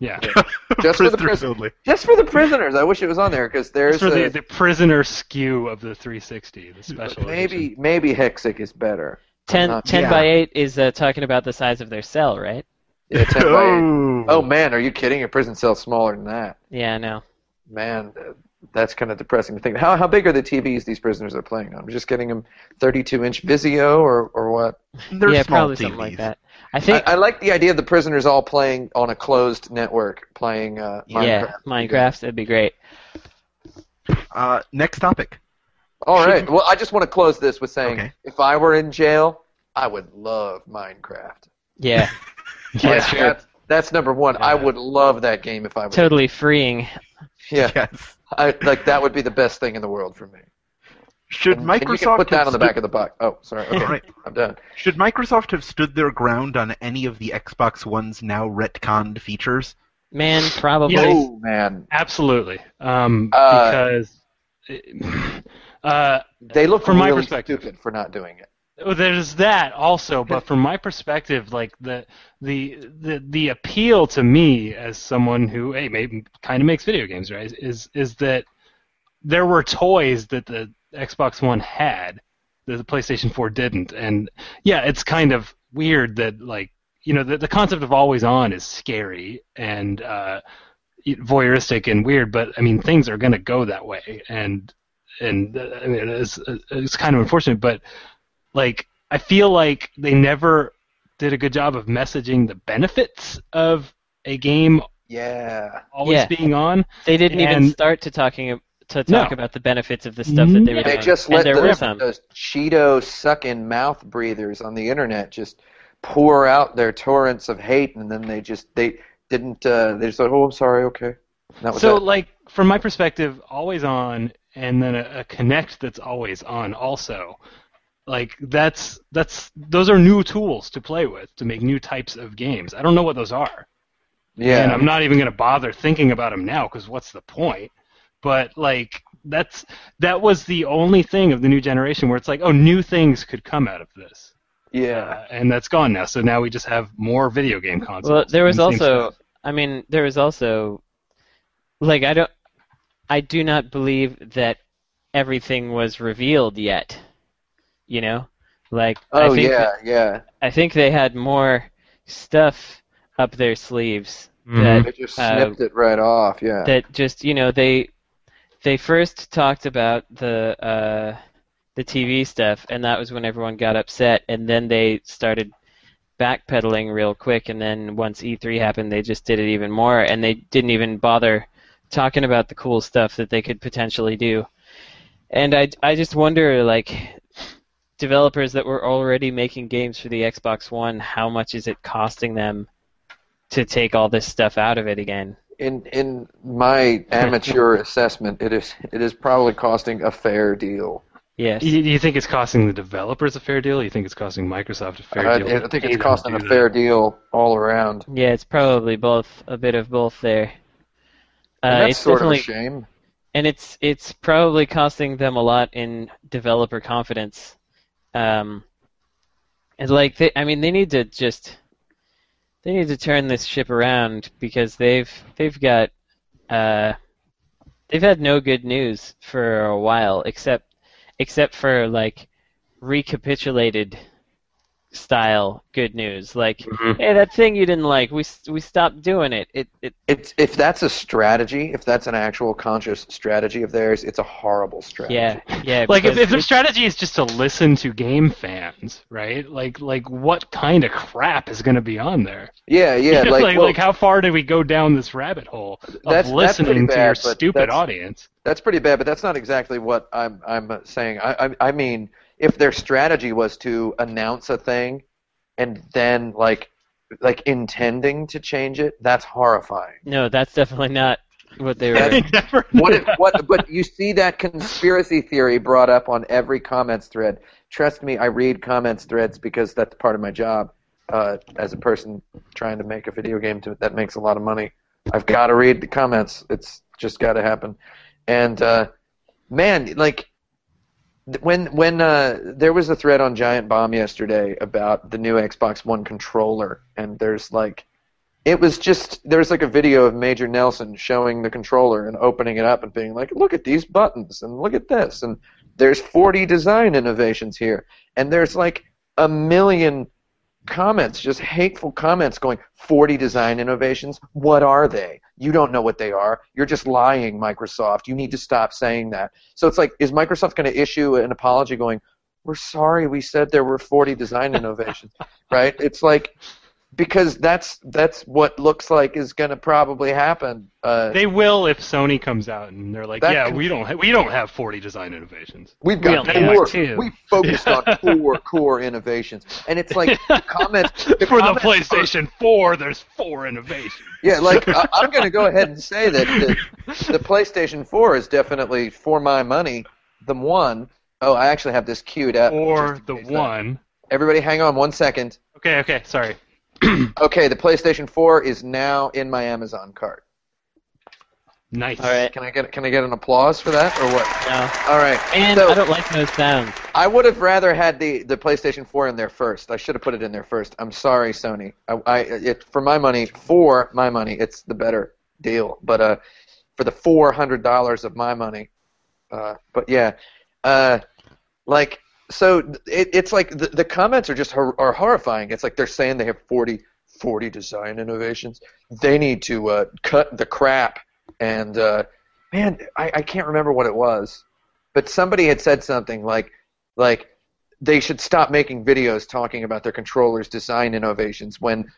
B: yeah.
D: <laughs> Just for the
A: Prisoners
D: prison-
A: only.
D: just for the prisoners. I wish it was on there because
B: It's
D: there's
B: for
D: a,
B: the, the prisoner skew of the 360, the special edition.
D: maybe maybe Hexic is better.
C: Ten,
D: Uh,
C: 10
A: yeah.
C: by 8 is uh, talking about the size of their cell, right?
D: Yeah, 10 by
A: <laughs>
D: 8.
A: Oh.
D: Oh man, are you kidding? Your prison cell's smaller than that.
C: Yeah, I know.
D: Man, uh, that's kind of depressing to think. How how big are the TVs these prisoners are playing on? Just getting them 32-inch Vizio or or what?
A: They're
C: yeah,
A: small
C: probably
A: TVs.
C: something like that. I
D: I,
C: think,
D: I like the idea of the prisoners all playing on a closed network, playing uh, Minecraft.
C: yeah, Minecraft, that'd be great.
A: Uh, next topic.
D: All right. Well, I just want to close this with saying,
A: Okay.
D: if I were in jail, I would love Minecraft.
C: Yeah,
B: Yeah.
D: Like, that's, that's number one. I
B: Yeah.
D: would love that game if I was.
C: totally freeing.
D: Yeah,
A: Yes.
D: I, like that would be the best thing in the world for me.
A: Should
D: And- and you
A: Microsoft
D: can put that
A: have
D: on the
A: stood-
D: back of the box? Oh, sorry. Okay,
A: <laughs> All right.
D: I'm done.
A: Should Microsoft have stood their ground on any of the Xbox One's now retconned features?
C: Man, probably.
B: Yeah.
D: Oh man,
B: Absolutely. Um,
D: Uh,
B: because. <sighs> Uh,
D: they look
B: From my
D: really
B: perspective.
D: stupid for not doing it.
B: Well, there's that also, but from my perspective, like the the the the appeal to me as someone who hey maybe kind of makes video games right is is that there were toys that the Xbox One had that the PlayStation 4 didn't, and yeah, it's kind of weird that like you know the the concept of always on is scary and uh, voyeuristic and weird, but I mean things are gonna go that way, and and uh, I mean it's it's kind of unfortunate, but like I feel like they never did a good job of messaging the benefits of a game
D: Yeah.
B: always
C: Yeah.
B: being on.
C: They didn't even
B: And-
C: start to talking to talk
B: No.
C: about the benefits of the stuff that they were
D: They
C: doing.
D: just
C: and
D: let
C: there were
D: those,
C: some.
D: those Cheeto sucking mouth breathers on the internet just pour out their torrents of hate, and then they just they didn't. Uh, they just like, oh, I'm sorry, okay. And That was
B: So
D: it.
B: like from my perspective, always on and then a, a connect that's always on also. Like that's that's those are new tools to play with to make new types of games. I don't know what those are.
D: yeah,
B: and I'm not even going to bother thinking about him now because what's the point? But like that's that was the only thing of the new generation where it's like, oh, new things could come out of this,
D: yeah.
B: uh, and that's gone now. So now we just have more video game consoles.
C: Well, there was
B: and same
C: also,
B: stuff.
C: I mean, there was also, like, I don't, I do not believe that everything was revealed yet. You know, like, I
D: Oh
C: think
D: yeah, yeah.
C: I think they had more stuff up their sleeves
B: Mhm.
C: that
D: They just
C: uh,
D: snipped it right off. Yeah.
C: that just you know they they first talked about the uh, the TV stuff, and that was when everyone got upset, and then they started backpedaling real quick, and then once E3 happened, they just did it even more, and they didn't even bother talking about the cool stuff that they could potentially do. And I I just wonder like developers that were already making games for the Xbox One, how much is it costing them to take all this stuff out of it again?
D: In in my amateur assessment, it is it is probably costing a fair deal.
C: Yes.
B: You, you think it's costing the developers a fair deal? You think it's costing Microsoft a fair
D: I,
B: deal?
D: I think
B: Hey,
D: it's costing a
B: dude.
D: fair deal all around.
C: Yeah, it's probably both a bit of both there.
D: And
C: Uh,
D: that's
C: it's
D: sort of a
C: definitely,
D: shame.
C: and it's it's probably costing them a lot in developer confidence. Um, and like they, I mean, they need to just they need to turn this ship around because they've they've got uh, they've had no good news for a while, except except for like recapitulated style good news. Like,
B: Mhm.
C: hey, that thing you didn't like, we s- we stopped doing it. It it
D: It's if that's a strategy, if that's an actual conscious strategy of theirs, it's a horrible strategy.
C: yeah yeah.
B: <laughs> Like if,
C: because
B: if their strategy is just to listen to game fans, right? Like like what kind of crap is going to be on there? <laughs>
D: yeah, yeah.
B: like,
D: Like,
B: like,
D: well,
B: how far do we go down this rabbit hole of
D: That's- that's
B: listening
D: pretty
B: to your
D: bad, but
B: stupid
D: that's-
B: audience? <laughs>
D: that's pretty bad, but that's not exactly what I'm I'm saying. I I, I mean, if their strategy was to announce a thing, and then like like intending to change it, that's horrifying.
C: no, that's definitely not what
B: <laughs>
C: they were.
D: That's- <laughs> What if, what? But you see that conspiracy theory brought up on every comments thread. Trust me, I read comments threads because that's part of my job. Uh, as a person trying to make a video game to, that makes a lot of money, I've got to read the comments. It's just got to happen. And uh, man, like th- when when uh, there was a thread on Giant Bomb yesterday about the new Xbox One controller, and there's like it was just there's like a video of Major Nelson showing the controller and opening it up and being like, look at these buttons and look at this and there's 40 design innovations here and there's like a million comments, just hateful comments going, 40 design innovations? What are they? You don't know what they are. You're just lying, Microsoft. You need to stop saying that. So it's like, is Microsoft going to issue an apology going, we're sorry we said there were 40 design innovations, right? It's like, because that's that's what looks like is going to probably happen. Uh,
B: They will if Sony comes out and they're like,
D: That
B: yeah,
D: con-
B: we don't ha- we don't have 40 design innovations.
D: We've got
B: We only
D: core.
B: have two.
D: We focused
B: <laughs>
D: on core core innovations, and it's like the comments
B: For the
D: comments are-
B: PlayStation 4, there's four innovations.
D: yeah, like I, I'm going to go ahead and say that the, the PlayStation 4 is definitely for my money the one. Oh, I actually have this queued up.
B: Or
D: just in
B: the
D: case that-
B: one.
D: Everybody, hang on one second.
B: Okay, okay, sorry.
D: Okay, the PlayStation 4 is now in my Amazon cart.
B: Nice.
C: All right.
D: Can I get can I get an applause for that or what?
C: No.
D: All right.
C: And
D: so,
C: I don't like those sounds.
D: I would have rather had the, the PlayStation 4 in there first. I should have put it in there first. I'm sorry, Sony. I, I it, for my money, for my money, it's the better deal. But uh, for the four hundred dollars of my money, uh, but yeah, uh, like so it, it's like the, the comments are just hor- are horrifying. It's like they're saying they have 40, 40 design innovations. They need to uh, cut the crap. And uh, man, I, I can't remember what it was, but somebody had said something like like they should stop making videos talking about their controllers design innovations when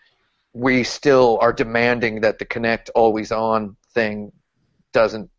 D: we still are demanding that the connect always on thing doesn't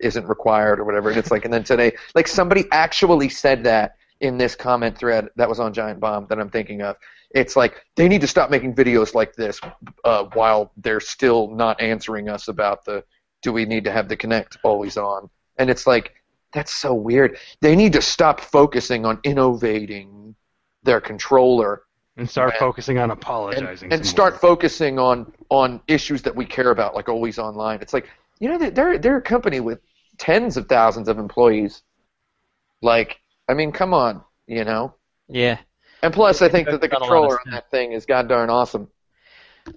D: isn't required or whatever and it's like and then today like somebody actually said that in this comment thread that was on giant bomb that i'm thinking of it's like they need to stop making videos like this uh, while they're still not answering us about the do we need to have the connect always on and it's like that's so weird they need to stop focusing on innovating their controller
B: And start
D: Right.
B: focusing on
D: and,
B: apologizing.
D: and
B: some
D: start
B: more.
D: focusing on on issues that we care about, like always online. It's like you know they're- they're they're a company with tens of thousands of employees. Like I mean, come on, you know.
C: Yeah.
D: And plus, I think that the
C: Not a lot of
D: controller on
C: sense.
D: that thing is goddamn awesome.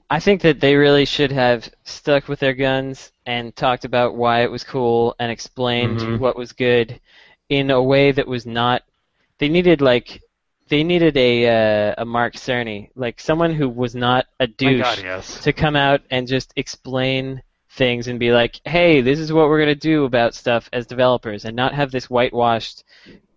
C: I think that they really should have stuck with their guns and talked about why it was cool and explained
B: Mhm.
C: what was good in a way that was not. They needed like they needed a uh, a Mark Cerny, like someone who was not a
B: My
C: douche,
B: God, yes.
C: to come out and just explain things and be like, "Hey, this is what we're gonna do about stuff as developers," and not have this whitewashed,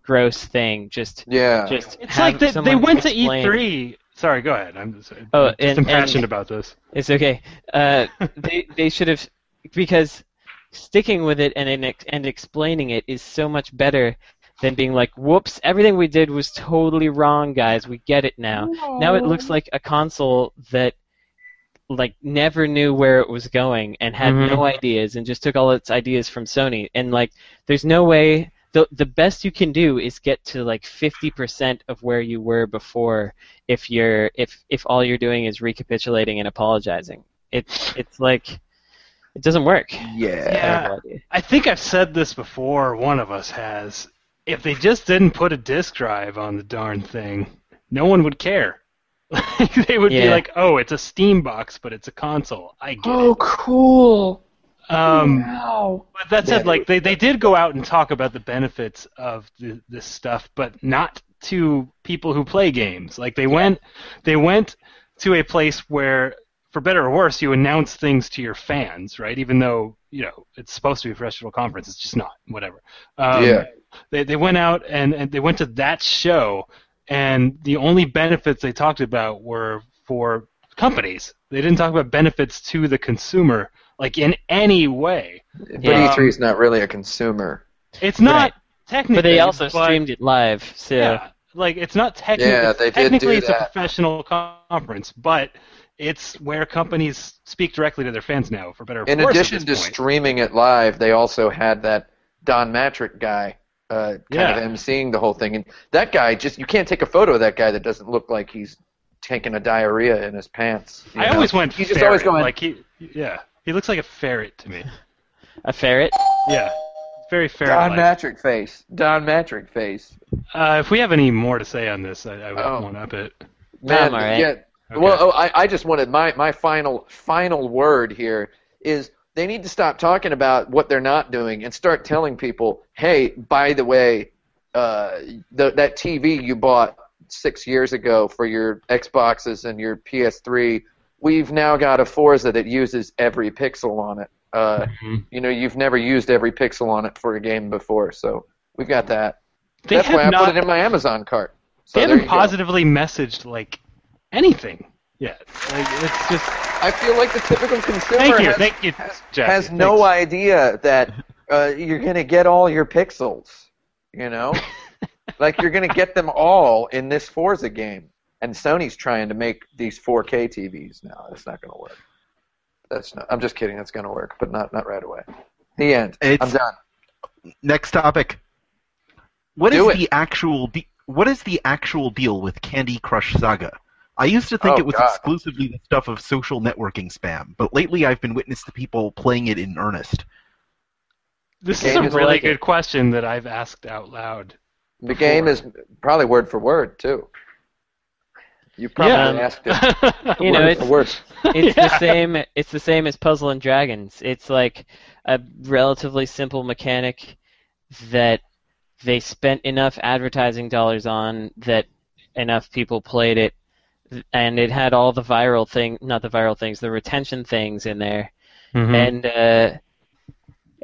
C: gross thing. Just
D: Yeah.
C: just
B: It's
C: have
B: like they, they
C: someone
B: went to E
C: explain-
B: E3. Sorry, go ahead. I'm just, I'm
C: Oh,
B: just
C: and-
B: impassioned
C: and-
B: about this.
C: It's okay.
B: <laughs>
C: Uh, they they should have because sticking with it and and- and explaining it is so much better than being like, "Whoops, everything we did was totally wrong, guys. We get it now." Now it looks like a console that like never knew where it was going and had
B: Mhm.
C: no ideas and just took all its ideas from Sony and like there's no way the the best you can do is get to like 50% of where you were before if you're if if all you're doing is recapitulating and apologizing. It's it's like it doesn't work.
D: Yeah.
B: Yeah. I think I've said this before, one of us has. If they just didn't put a disk drive on the darn thing, no one would care. <laughs> they would be
C: Yeah.
B: like, oh, it's a Steam box, but it's a console. I get
E: Oh, cool.
B: it. Um,
E: wow.
B: But that said,
D: Yeah.
B: like they, they did go out and talk about the benefits of the, this stuff, but not to people who play games. Like they went they went to a place where for better or worse you announce things to your fans, right? Even though, you know, it's supposed to be a professional conference, it's just not, whatever. Um,
D: Yeah.
B: they they went out and, and they went to that show and the only benefits they talked about were for companies. They didn't talk about benefits to the consumer like in any way.
D: But
C: Yeah.
D: E3 is not really a consumer.
B: It's not
C: Right. <laughs>
B: technically
C: But they also
B: but-
C: streamed it live, so
B: yeah, like it's not technically
D: Yeah, they did do
B: technically it's a
D: that.
B: professional conference, but it's where companies speak directly to their fans now, for better. Or
D: In
B: worse at
D: addition to
B: this point.
D: streaming it live, they also had that Don Matrick guy uh, kind
B: Yeah.
D: of emceeing the whole thing. And that guy just you can't take a photo of that guy that doesn't look like he's taking a diarrhea in his pants. you
B: I
D: know?
B: always went.
D: He's
B: ferret.
D: just always going-
B: like he, yeah, he looks like a ferret to me.
C: a
B: <laughs>
C: ferret.
B: Yeah, very
D: Don
B: ferret.
D: Matrick face. Don Matrick face.
B: Uh, if we have any more to say on this, I, I would
D: Oh.
B: want to up it.
D: Man,
C: I'm all right.
D: yeah.
B: Okay.
D: Well, oh, I, I just wanted my, my final final word here is they need to stop talking about what they're not doing and start telling people, hey, by the way, uh, the, that TV you bought six years ago for your Xboxes and your PS3, we've now got a Forza that uses every pixel on it. Uh,
B: Mhm.
D: You know, you've never used every pixel on it for a game before, so we've got that.
B: They
D: That's
B: have
D: why I
B: not.
D: put it in my Amazon cart. So
B: they
D: there
B: haven't
D: you go.
B: positively messaged like anything yet. Like it's just.
D: I feel like the typical consumer
B: Thank you,
D: has,
B: thank you,
D: has,
B: Jackie.
D: has no
B: Thanks.
D: idea that uh, you're going to get all your pixels.
B: <laughs>
D: You know, like you're going to get them all in this Forza game. And Sony's trying to make these 4K TVs now. That's not going to work. That's not. I'm just kidding. That's going to work, but not not right away. The end.
A: It's-
D: I'm done.
A: Next topic. What is
D: Do it.
A: the actual de- what is the actual deal with Candy Crush Saga? I used to think
D: Oh,
A: it was
D: God.
A: exclusively the stuff of social networking spam, but lately I've been witness to people playing it in earnest.
B: This
D: The
B: is a
D: game is
B: really
D: like
B: good
D: it.
B: question that I've asked out loud.
D: The game is probably word for word too. You probably
B: <laughs> Yeah.
D: asked
B: <laughs>
D: it.
C: You know,
D: word
C: it's
D: for word.
C: It's the
B: Yeah.
C: same. It's the same as Puzzle and Dragons. It's like a relatively simple mechanic that they spent enough advertising dollars on that enough people played it, and it had all the viral thing, not the viral things, the retention things in there,
B: Mm-hmm.
C: and uh,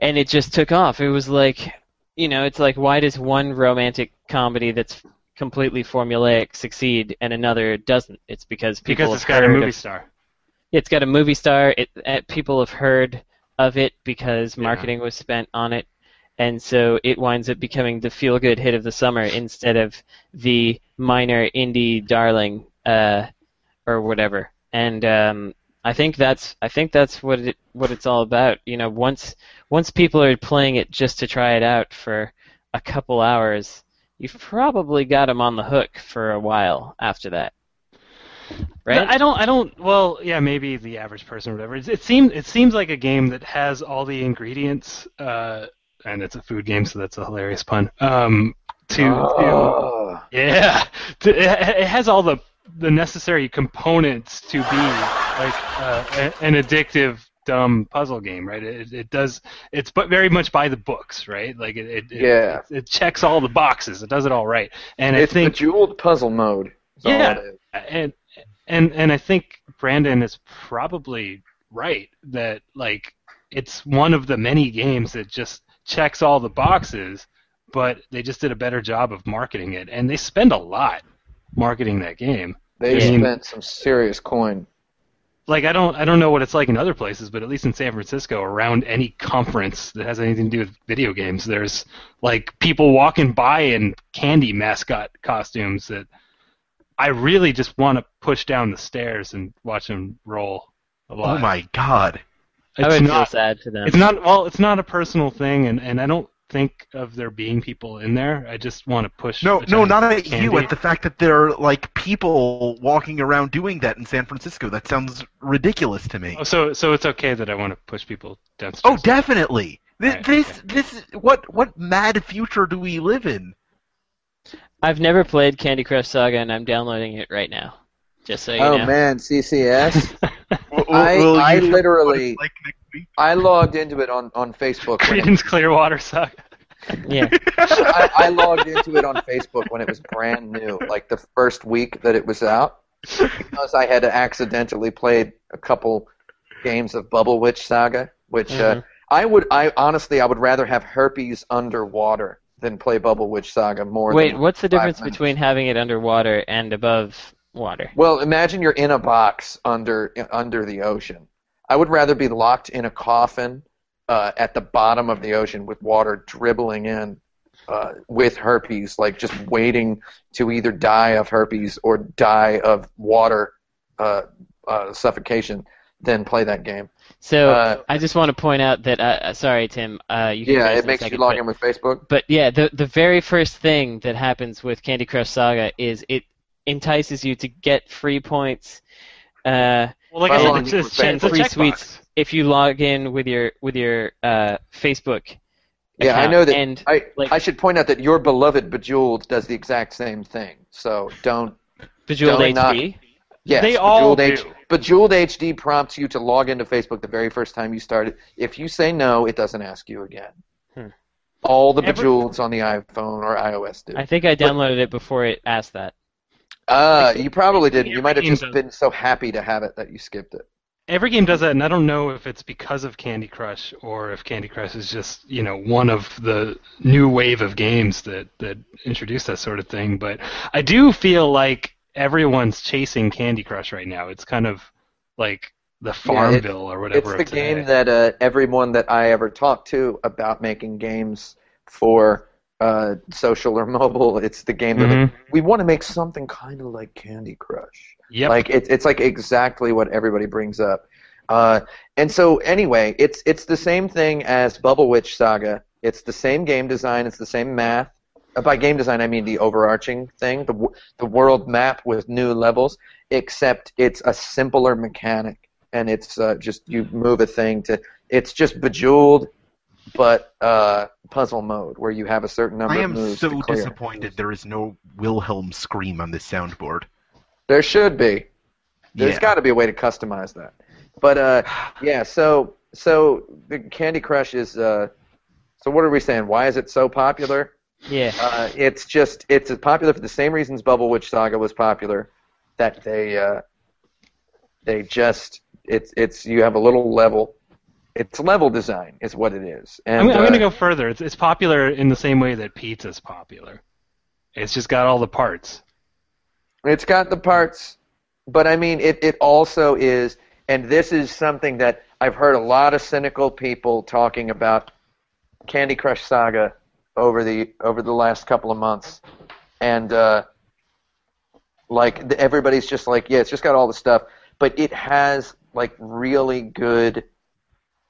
C: and it just took off. It was like, you know, it's like why does one romantic comedy that's completely formulaic succeed and another doesn't? It's because people
B: because
C: have
B: it's got a
C: heard
B: movie
C: of
B: star.
C: it's got a movie star. It uh, people have heard of it because
B: Yeah.
C: marketing was spent on it, and so it winds up becoming the feel-good hit of the summer instead of the minor indie darling uh, or whatever. And um, I think that's I think that's what it what it's all about. You know, once once people are playing it just to try it out for a couple hours, you've probably got them on the hook for a while after that, right?
B: I don't. I don't. Well, yeah, maybe the average person or whatever. It, it seems. It seems like a game that has all the ingredients, uh, and it's a food game, so that's a hilarious pun. Um, to, to
D: Oh.
B: <laughs> Yeah, T- it it has all the the necessary components to be like uh, a- an addictive dumb puzzle game, right? It, it does it's but very much by the books, right? Like it it, it-
D: Yeah.
B: it, checks all the boxes, it does it all right, and I
D: it's
B: think
D: bejeweled puzzle mode. is all
B: Yeah.
D: it is.
B: and and and I think Brandon is probably right that like it's one of the many games that just checks all the boxes, but they just did a better job of marketing it, and they spend a lot marketing that game.
D: They
B: Yeah.
D: spent some serious coin.
B: Like I don't I don't know what it's like in other places, but at least in San Francisco, around any conference that has anything to do with video games, there's like people walking by in candy mascot costumes that I really just want to push down the stairs and watch them roll a lot.
A: Oh my god.
C: I
B: It's
C: would feel
B: not
C: sad for them.
B: it's not well, it's not a personal thing and, and I don't think of there being people in there. I just want to push
A: No,
B: the
A: no,
B: giant
A: not at you.
B: candy.
A: At the fact that there are like people walking around doing that in San Francisco. That sounds ridiculous to me.
B: Oh, so so it's okay that I want to push people
A: Oh,
B: downstairs. <laughs>
A: definitely. This,
B: Right,
A: this, this. What, what mad future do we live in?
C: I've never played Candy Crush Saga, and I'm downloading it right now. Just so you know.
D: Oh, man, CCS. I-
A: <laughs> Will you
D: I
A: tell me what
D: literally-
A: it's like next week? <laughs>
D: I logged into it on, on Facebook. when it-
B: Creedence Clearwater suck.
C: Yeah.
D: <laughs> I, I logged into it on Facebook when it was brand new, like the first week that it was out, because I had accidentally played a couple games of Bubble Witch Saga, which uh,
C: Mhm.
D: I would, I honestly, I would rather have herpes underwater than play Bubble Witch Saga more.
C: Wait,
D: than
C: what's the
D: five
C: difference
D: minutes.
C: between having it underwater and above water?
D: Well, imagine you're in a box under under the ocean. I would rather be locked in a coffin uh, at the bottom of the ocean with water dribbling in uh, with herpes, like just waiting to either die of herpes or die of water uh, uh, suffocation, than play that game.
C: So
D: Uh,
C: I just want to point out that. Uh, uh, sorry, Tim. Uh, you can
D: yeah,
C: finish
D: it
C: in a
D: makes
C: second,
D: you log
C: but-
D: in with Facebook.
C: But yeah, the the very first thing that happens with Candy Crush Saga is it entices you to get free points uh,
B: Well, like
D: Well,
B: I said,
D: well,
B: it's, just,
D: we're
B: it's a
C: free
B: checkbox.
C: sweets. if you log in with your with your uh, Facebook.
D: Yeah, I
C: account.
D: know that.
C: And
D: I
C: like-
D: I should point out that your beloved Bejeweled does the exact same thing. So don't
C: Bejeweled
D: Don't knock-
C: HD.
D: Yes,
B: They all
D: Bejeweled H-
B: do.
D: Bejeweled HD prompts you to log into Facebook the very first time you start it. If you say no, it doesn't ask you again.
C: Hmm.
D: All the
B: Every-
D: Bejeweleds on the iPhone or iOS do.
C: I think I downloaded it before it asked that.
D: uh, you probably didn't.
B: every
D: You might have
B: game
D: just
B: does.
D: been so happy to have it that you skipped it.
B: Every game does that, and I don't know if it's because of Candy Crush or if Candy Crush is just you know one of the new wave of games that that introduce that sort of thing. But I do feel like everyone's chasing Candy Crush right now. It's kind of like the Farmville or
D: It's
B: whatever.
D: the
B: of today.
D: game that uh, everyone that I ever talked to about making games for uh, social or <laughs> mobile, it's the game that
B: Mhm.
D: they- we want to make something kind of like Candy Crush.
B: Yep.
D: Like it's it's like exactly what everybody brings up. Uh, and so anyway, it's it's the same thing as Bubble Witch Saga. It's the same game design. It's the same math. Uh, By game design, I mean the overarching thing, the w- the world map with new levels. Except it's a simpler mechanic, and it's uh, just you move a thing to. It's just Bejeweled, but uh, puzzle mode where you have a certain number
A: I
D: of
A: am
D: moves to
A: so
D: clear.
A: disappointed there is no Wilhelm scream on this soundboard.
D: There should be. There's
A: Yeah.
D: got to be a way to customize that.
B: <sighs>
D: But uh, yeah, so so the Candy Crush is. Uh, so what are we saying? Why is it so popular?
C: Yeah.
D: Uh, it's just it's popular for the same reasons Bubble Witch Saga was popular. That they uh, they just it's it's you have a little level. It's level design is what it is. And,
B: I'm, I'm
D: uh,
B: going to go further. It's, it's popular in the same way that pizza's popular. It's just got all the parts.
D: It's got the parts, but I mean, it, it also is, and this is something that I've heard a lot of cynical people talking about Candy Crush Saga over the over the last couple of months, and uh, like the, everybody's just like, yeah, it's just got all the stuff, but it has like really good,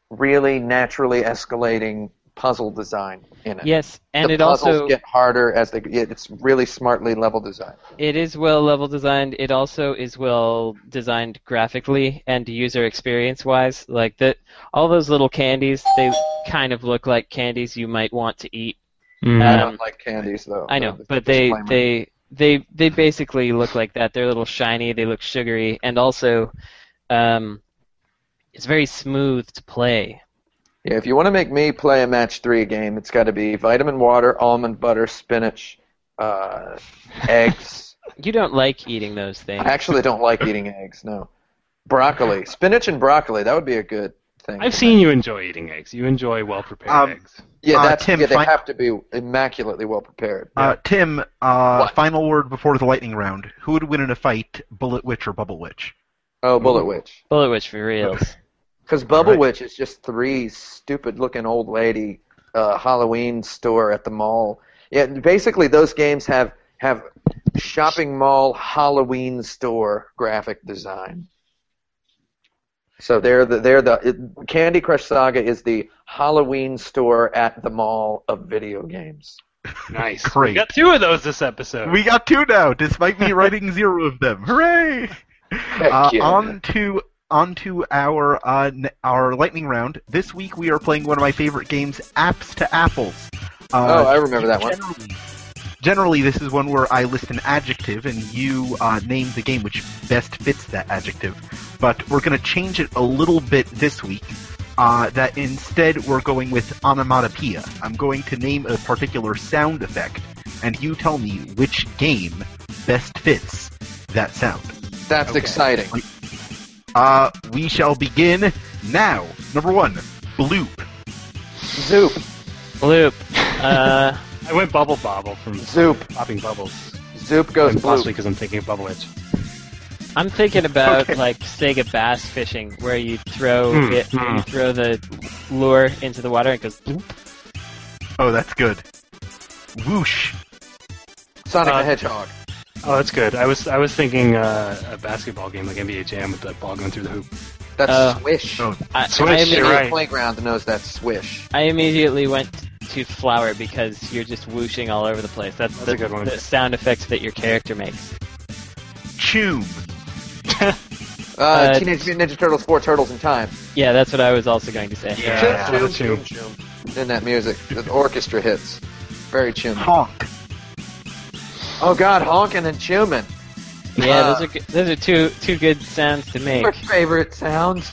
D: really naturally escalating puzzle design in it.
C: Yes, and
D: the
C: it
D: puzzles
C: also
D: get harder as they. yeah, It's really smartly level designed.
C: It is well level designed. It also is well designed graphically and user experience wise. Like the all those little candies, they kind of look like candies you might want to eat.
D: I
C: Uh,
D: don't like candies though.
C: I know,
D: That's
C: but
D: the
C: they
D: disclaimer.
C: they they they basically look like that. They're a little shiny. They look sugary, and also, um, it's very smooth to play.
D: Yeah, if you want to make me play a match three game, it's got to be vitamin water, almond butter, spinach, uh,
C: <laughs>
D: eggs.
C: You don't like eating those
D: I
C: things.
D: actually don't like eating eggs. No, broccoli, spinach and broccoli. That would be a good thing.
B: I've seen you enjoy eating eggs. You enjoy well prepared
A: Um,
B: eggs.
D: Yeah,
A: Uh,
D: that's,
A: Tim,
D: yeah they
A: fin-
D: have to be immaculately well prepared.
A: Uh, Tim, uh,
D: What?
A: final word before the lightning round. Who would win in a fight, Bullet Witch or Bubble Witch?
D: oh, Bullet Witch.
C: Bullet Witch for reals.
D: Because Bubble
A: Alright.
D: Witch is just three stupid looking old lady uh, Halloween store at the mall. Yeah, basically those games have have shopping mall Halloween store graphic design. So they're the they're the it- Candy Crush Saga is the Halloween store at the mall of video games.
B: Nice. We
A: Great.
B: got two of those this
D: Uh,
B: episode.
A: We got two now, despite me writing <laughs> zero of them. Hooray! Uh,
D: yeah.
A: on to on to our uh, n- our lightning round. This week we are playing one of my favorite games, Apps to Apples.
D: Oh,
A: Uh,
D: I remember that one.
A: Generally, generally, this is one where I list an adjective and you uh, name the game which best fits that adjective. But we're going to change it a little bit this week. uh, that instead we're going with onomatopoeia. I'm going to name a particular sound effect, and you tell me which game best fits that sound.
D: That's
B: Okay.
D: exciting.
A: Uh, we shall begin now. Number one, bloop.
D: Zoop,
C: Bloop. Uh,
B: I went bubble bobble from
D: zoop,
B: popping bubbles.
D: zoop goes
B: And possibly
D: blue.
B: because I'm thinking of bubble edge.
C: I'm thinking about
D: Okay.
C: like Sega bass fishing, where you throw
B: Hmm,
C: it,
B: hmm.
C: you throw the lure into the water and it goes. bloop.
A: Oh, that's good. Whoosh.
D: Sonic
B: Uh,
D: the Hedgehog.
B: Oh, that's good. I was I was thinking uh, a basketball game like NBA Jam with the ball going through the hoop.
D: That's
C: uh,
D: swish.
A: Oh.
C: I,
B: Swish,
C: I,
B: you're
D: Anybody on
B: right.
C: immediately,
D: the playground knows that swish.
C: I immediately went to flower because you're just whooshing all over the place. That's,
B: That's
C: the,
B: a good one.
C: the sound effect that your character makes.
A: Choom.
D: Uh,
C: Uh,
D: Teenage Mutant Ninja Turtles, Four Turtles in Time.
C: Yeah, that's what I was also going to say.
B: Yeah,
D: Chum,
B: I
D: chum,
B: thought too.
D: chum, chum. Then that music, the orchestra hits. Very chummy.
A: Honk.
D: Oh God, honking and chummin.
C: Yeah,
D: Uh,
C: those are good, those are two two good sounds to make.
D: Your favorite sounds.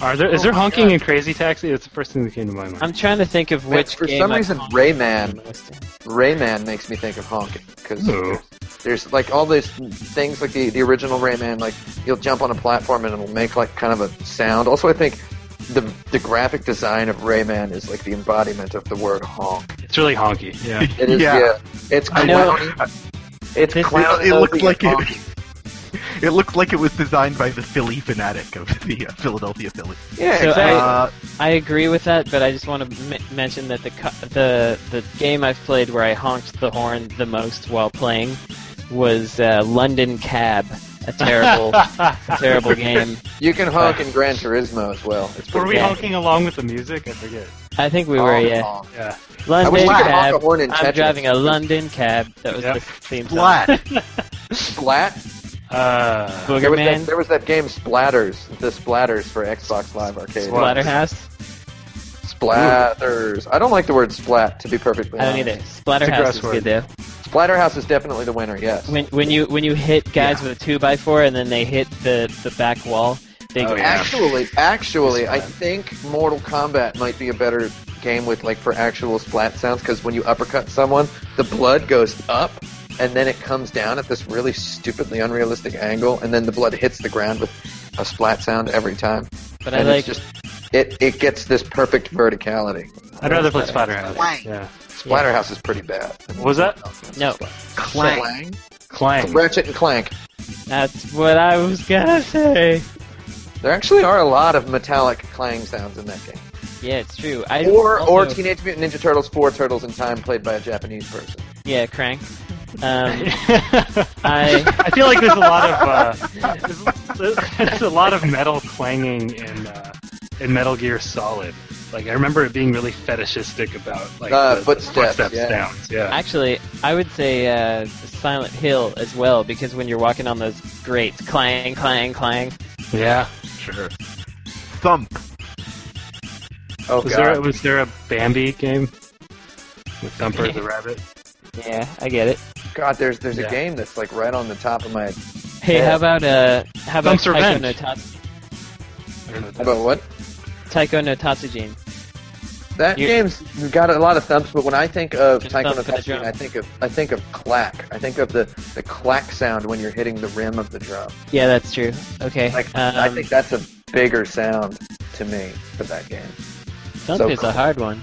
B: Are there is
D: Oh
B: there
D: my
B: honking
D: God.
B: in Crazy Taxi? That's the first thing that came to my mind.
C: I'm trying to think of which
D: for
C: game
D: some
C: I've
D: reason,
C: honk-
D: Rayman.
C: most in.
D: Rayman makes me think of honking because
B: Ooh.
D: there's like all these things like the, the original Rayman. Like you'll jump on a platform and it'll make like kind of a sound. Also, I think the the graphic design of Rayman is like the embodiment of the word honk.
B: It's really honky. <laughs> Yeah.
D: It is
A: Yeah.
D: yeah. it's
A: I
C: know.
D: clowny. It's
C: This is-
D: clowny.
A: It looked like
D: and
A: <laughs> it. It looked like it was designed by the Philly fanatic of the uh, Philadelphia Phillies.
D: Yeah,
C: So,
D: exactly.
A: Uh,
C: I agree with that, but I just want to m- mention that the co- the the game I've played where I honked the horn the most while playing was uh, London Cab, a
B: <laughs>
C: terrible terrible game.
D: you can honk
C: uh,
D: in Gran Turismo as well. It's
B: Were
D: pretty
B: we
C: Yeah.
B: honking along with the music? I forget.
C: I think we were
D: Honk,
C: yeah.
D: honk.
B: Yeah.
D: I wish
C: London
D: you could honk a
C: Cab.
D: horn in
C: I'm
D: Tetris.
C: driving a London cab. That was
B: Yep.
C: the theme song. <laughs>
A: Splat.
D: Splat.
B: Uh,
D: There
C: Booger
D: was, that,
C: Man.
D: there was that game Splatters, the Splatters for Xbox Live Arcade.
C: Splatterhouse.
D: Splatters. I don't like the word splat, to be perfectly
C: I
D: honest.
C: don't either.
B: It's a
C: Splatterhouse
B: gross
C: is
B: word.
C: good though.
D: Splatterhouse is definitely the winner, yes.
C: When when you when you hit guys with a two by four and then they hit the the back wall, they
B: Oh,
C: go.
B: yeah.
D: Actually, actually, I
B: Splat.
D: think Mortal Kombat might be a better game with like for actual splat sounds because when you uppercut someone, the blood goes up and then it comes down at this really stupidly unrealistic angle, and then the blood hits the ground with a splat sound every time.
C: But I
D: and
C: like
D: it's just it, it gets this perfect verticality.
B: I'd rather play Splatterhouse.
A: Clang.
B: Yeah.
D: Splatterhouse is pretty bad. I mean,
B: What was that?
C: No.
A: Clang.
B: Clang.
D: Ratchet and Clank.
C: That's what I was gonna say.
D: There actually are a lot of metallic clang sounds in that game.
C: Yeah, it's true. I
D: Or
C: also,
D: or Teenage Mutant Ninja Turtles Four Turtles in Time played by a Japanese person.
C: yeah, crank. Um,
B: <laughs> I
C: I
B: feel like there's a lot of uh, there's, there's a lot of metal clanging in uh, in Metal Gear Solid. Like I remember it being really fetishistic about like
D: Uh,
B: the,
D: footsteps,
B: the footsteps
D: yeah.
B: sounds. Yeah.
C: actually I would say uh, Silent Hill as well because when you're walking on those grates, clang, clang, clang.
B: yeah.
A: Sure. Thump.
D: Oh
B: Was there was there a Bambi game with Thumper the rabbit?
C: Yeah, I get it.
D: God, there's there's
B: Yeah.
D: a game that's like right on the top of my
C: Hey,
D: Yeah.
C: how about uh, how about
B: Thump's
C: Taiko
B: Revenge.
C: no, Tats-
B: I don't know what
D: How
B: that
D: about what?
C: Taiko no Tatsujin?
D: That
C: You-
D: game's got a lot of thumps, but when I think of
C: Just
D: Taiko no
C: thump to the
D: Tatsujin,
C: drum.
D: I think of I think of clack. I think of the, the clack sound when you're hitting the rim of the drum.
C: Yeah, that's true. Okay,
D: Like
C: um,
D: I think that's a bigger sound to me for that game.
C: um, Thump
D: so
C: is
D: cool.
C: a hard one.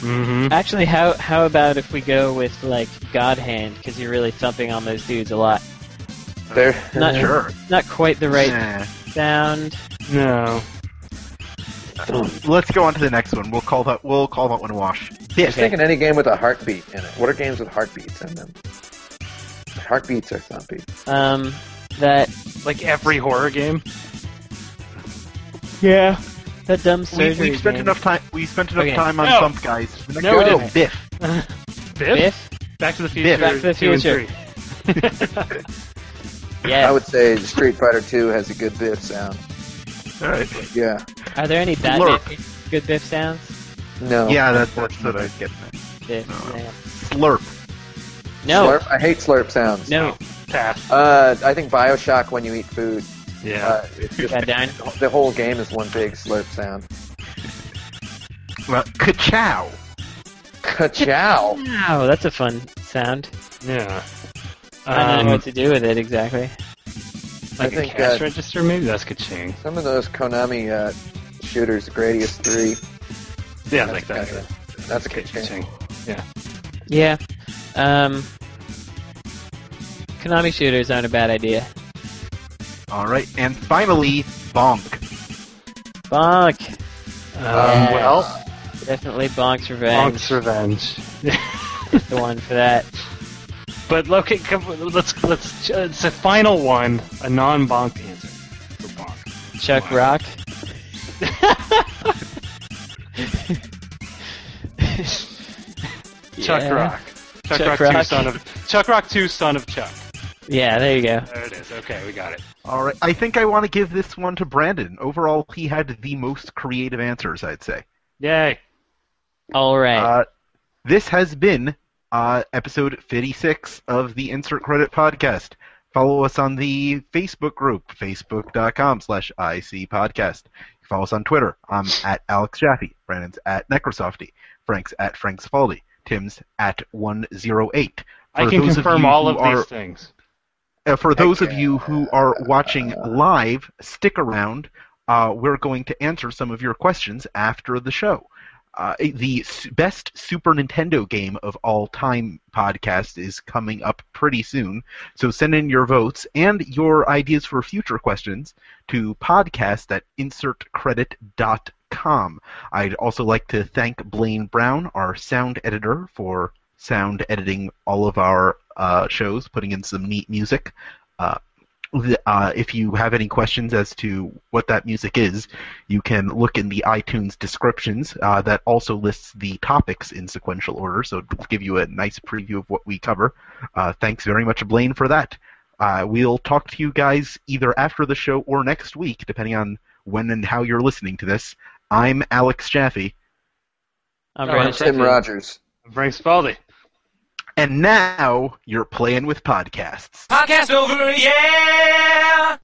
B: hmm
C: Actually, how how about if we go with like God Hand because you're really thumping on those dudes a lot.
D: There,
C: Not
D: <laughs>
A: Sure.
C: not quite the right
A: Nah.
C: sound.
B: No.
A: Let's go on to the next one. We'll call that. We'll call that one a wash. Biff.
D: I was thinking any game with a heartbeat in it. What are games with heartbeats in them? Heartbeats are thumpy.
C: Um, that
B: Like every horror game.
C: yeah, that dumb
A: We,
C: surgery.
A: we've spent
C: game.
A: enough time. We spent enough
C: Okay.
A: time on
B: No.
A: Thump, guys. The next
B: No,
A: one
B: we
A: is
B: didn't.
A: Biff.
B: Biff?
C: Biff?
B: Back to the Future.
A: Biff.
C: Back to the
B: two and
C: Future.
B: three.
C: Yeah.
D: I would say Street Fighter 2 has a good biff sound.
A: All right.
D: Yeah.
C: Are there any bad
A: Slurp.
C: Biff- good Biff sounds?
D: No.
A: Yeah, that, that's what I was getting at.
C: Biff.
A: No.
C: yeah.
A: Slurp.
C: No.
D: Slurp. I hate slurp sounds.
C: No.
B: Pass.
D: Uh, I think Bioshock when you eat food.
B: Yeah.
D: Uh, it's just,
C: God darn.
D: the whole game is one big slurp sound. <laughs>
A: Well, Uh, ka-chow.
D: Ka-chow.
C: Wow, that's a fun sound.
B: Yeah.
C: I don't know
B: Um,
C: what to do with it exactly.
D: I
B: like a
D: think
B: cash
D: uh, that-
B: register, maybe that's ka-ching.
D: Some of those Konami uh, shooters, Gradius 3,
B: Yeah,
D: That's
B: like that.
D: kinda- that's a ka-ching.
B: ka-ching.
C: Yeah. Um, Konami shooters aren't a bad idea.
A: All right, and finally, bonk.
C: Bonk.
B: Um,
C: Yeah.
B: well,
C: Definitely Bonk's Revenge.
B: Bonk's Revenge.
C: is the one for that.
B: but okay, come, let's let's. uh, It's a final one, a non-bonk answer for bonk.
C: Chuck
B: Wow.
C: Rock. <laughs>
B: Chuck
C: Yeah.
B: Rock. Chuck,
C: Chuck
B: Rock, Two,
C: Rock.
B: son of Chuck Rock Two, son of Chuck.
C: Yeah, there you go.
B: There it is. Okay, we got it.
A: All right, I think I want to give this one to Brandon. Overall, he had the most creative answers, I'd say.
B: Yay!
C: All right.
A: Uh, this has been uh, episode 56 of the Insert Credit Podcast. Follow us on the Facebook group, facebook.com slash IC Podcast. Follow us on Twitter. I'm at Alex Jaffe. Brandon's at Necrosofty. Frank's at Frank's Faldy. Tim's at 108.
B: I
A: For
B: can
A: those of
B: confirm
A: you
B: all
A: who
B: of these
A: are-
B: things.
A: Uh, for those of you who are watching live, stick around. Uh, we're going to answer some of your questions after the show. Uh, the s- best Super Nintendo game of all time podcast is coming up pretty soon, so send in your votes and your ideas for future questions to podcast at insertcredit.com. I'd also like to thank Blaine Brown, our sound editor, for sound editing all of our uh, shows, putting in some neat music. Uh, the, uh, if you have any questions as to what that music is, you can look in the iTunes descriptions. Uh, that also lists the topics in sequential order, so it'll give you a nice preview of what we cover. Uh, thanks very much, Blaine, for that. Uh, we'll talk to you guys either after the show or next week, depending on when and how you're listening to this. I'm Alex Jaffe.
C: I'm
B: no,
C: Brandon
B: I'm
D: Tim
C: Sheffield.
D: Rogers.
B: Frank Spaldi.
A: And now you're playing with podcasts.
E: Podcast over, yeah!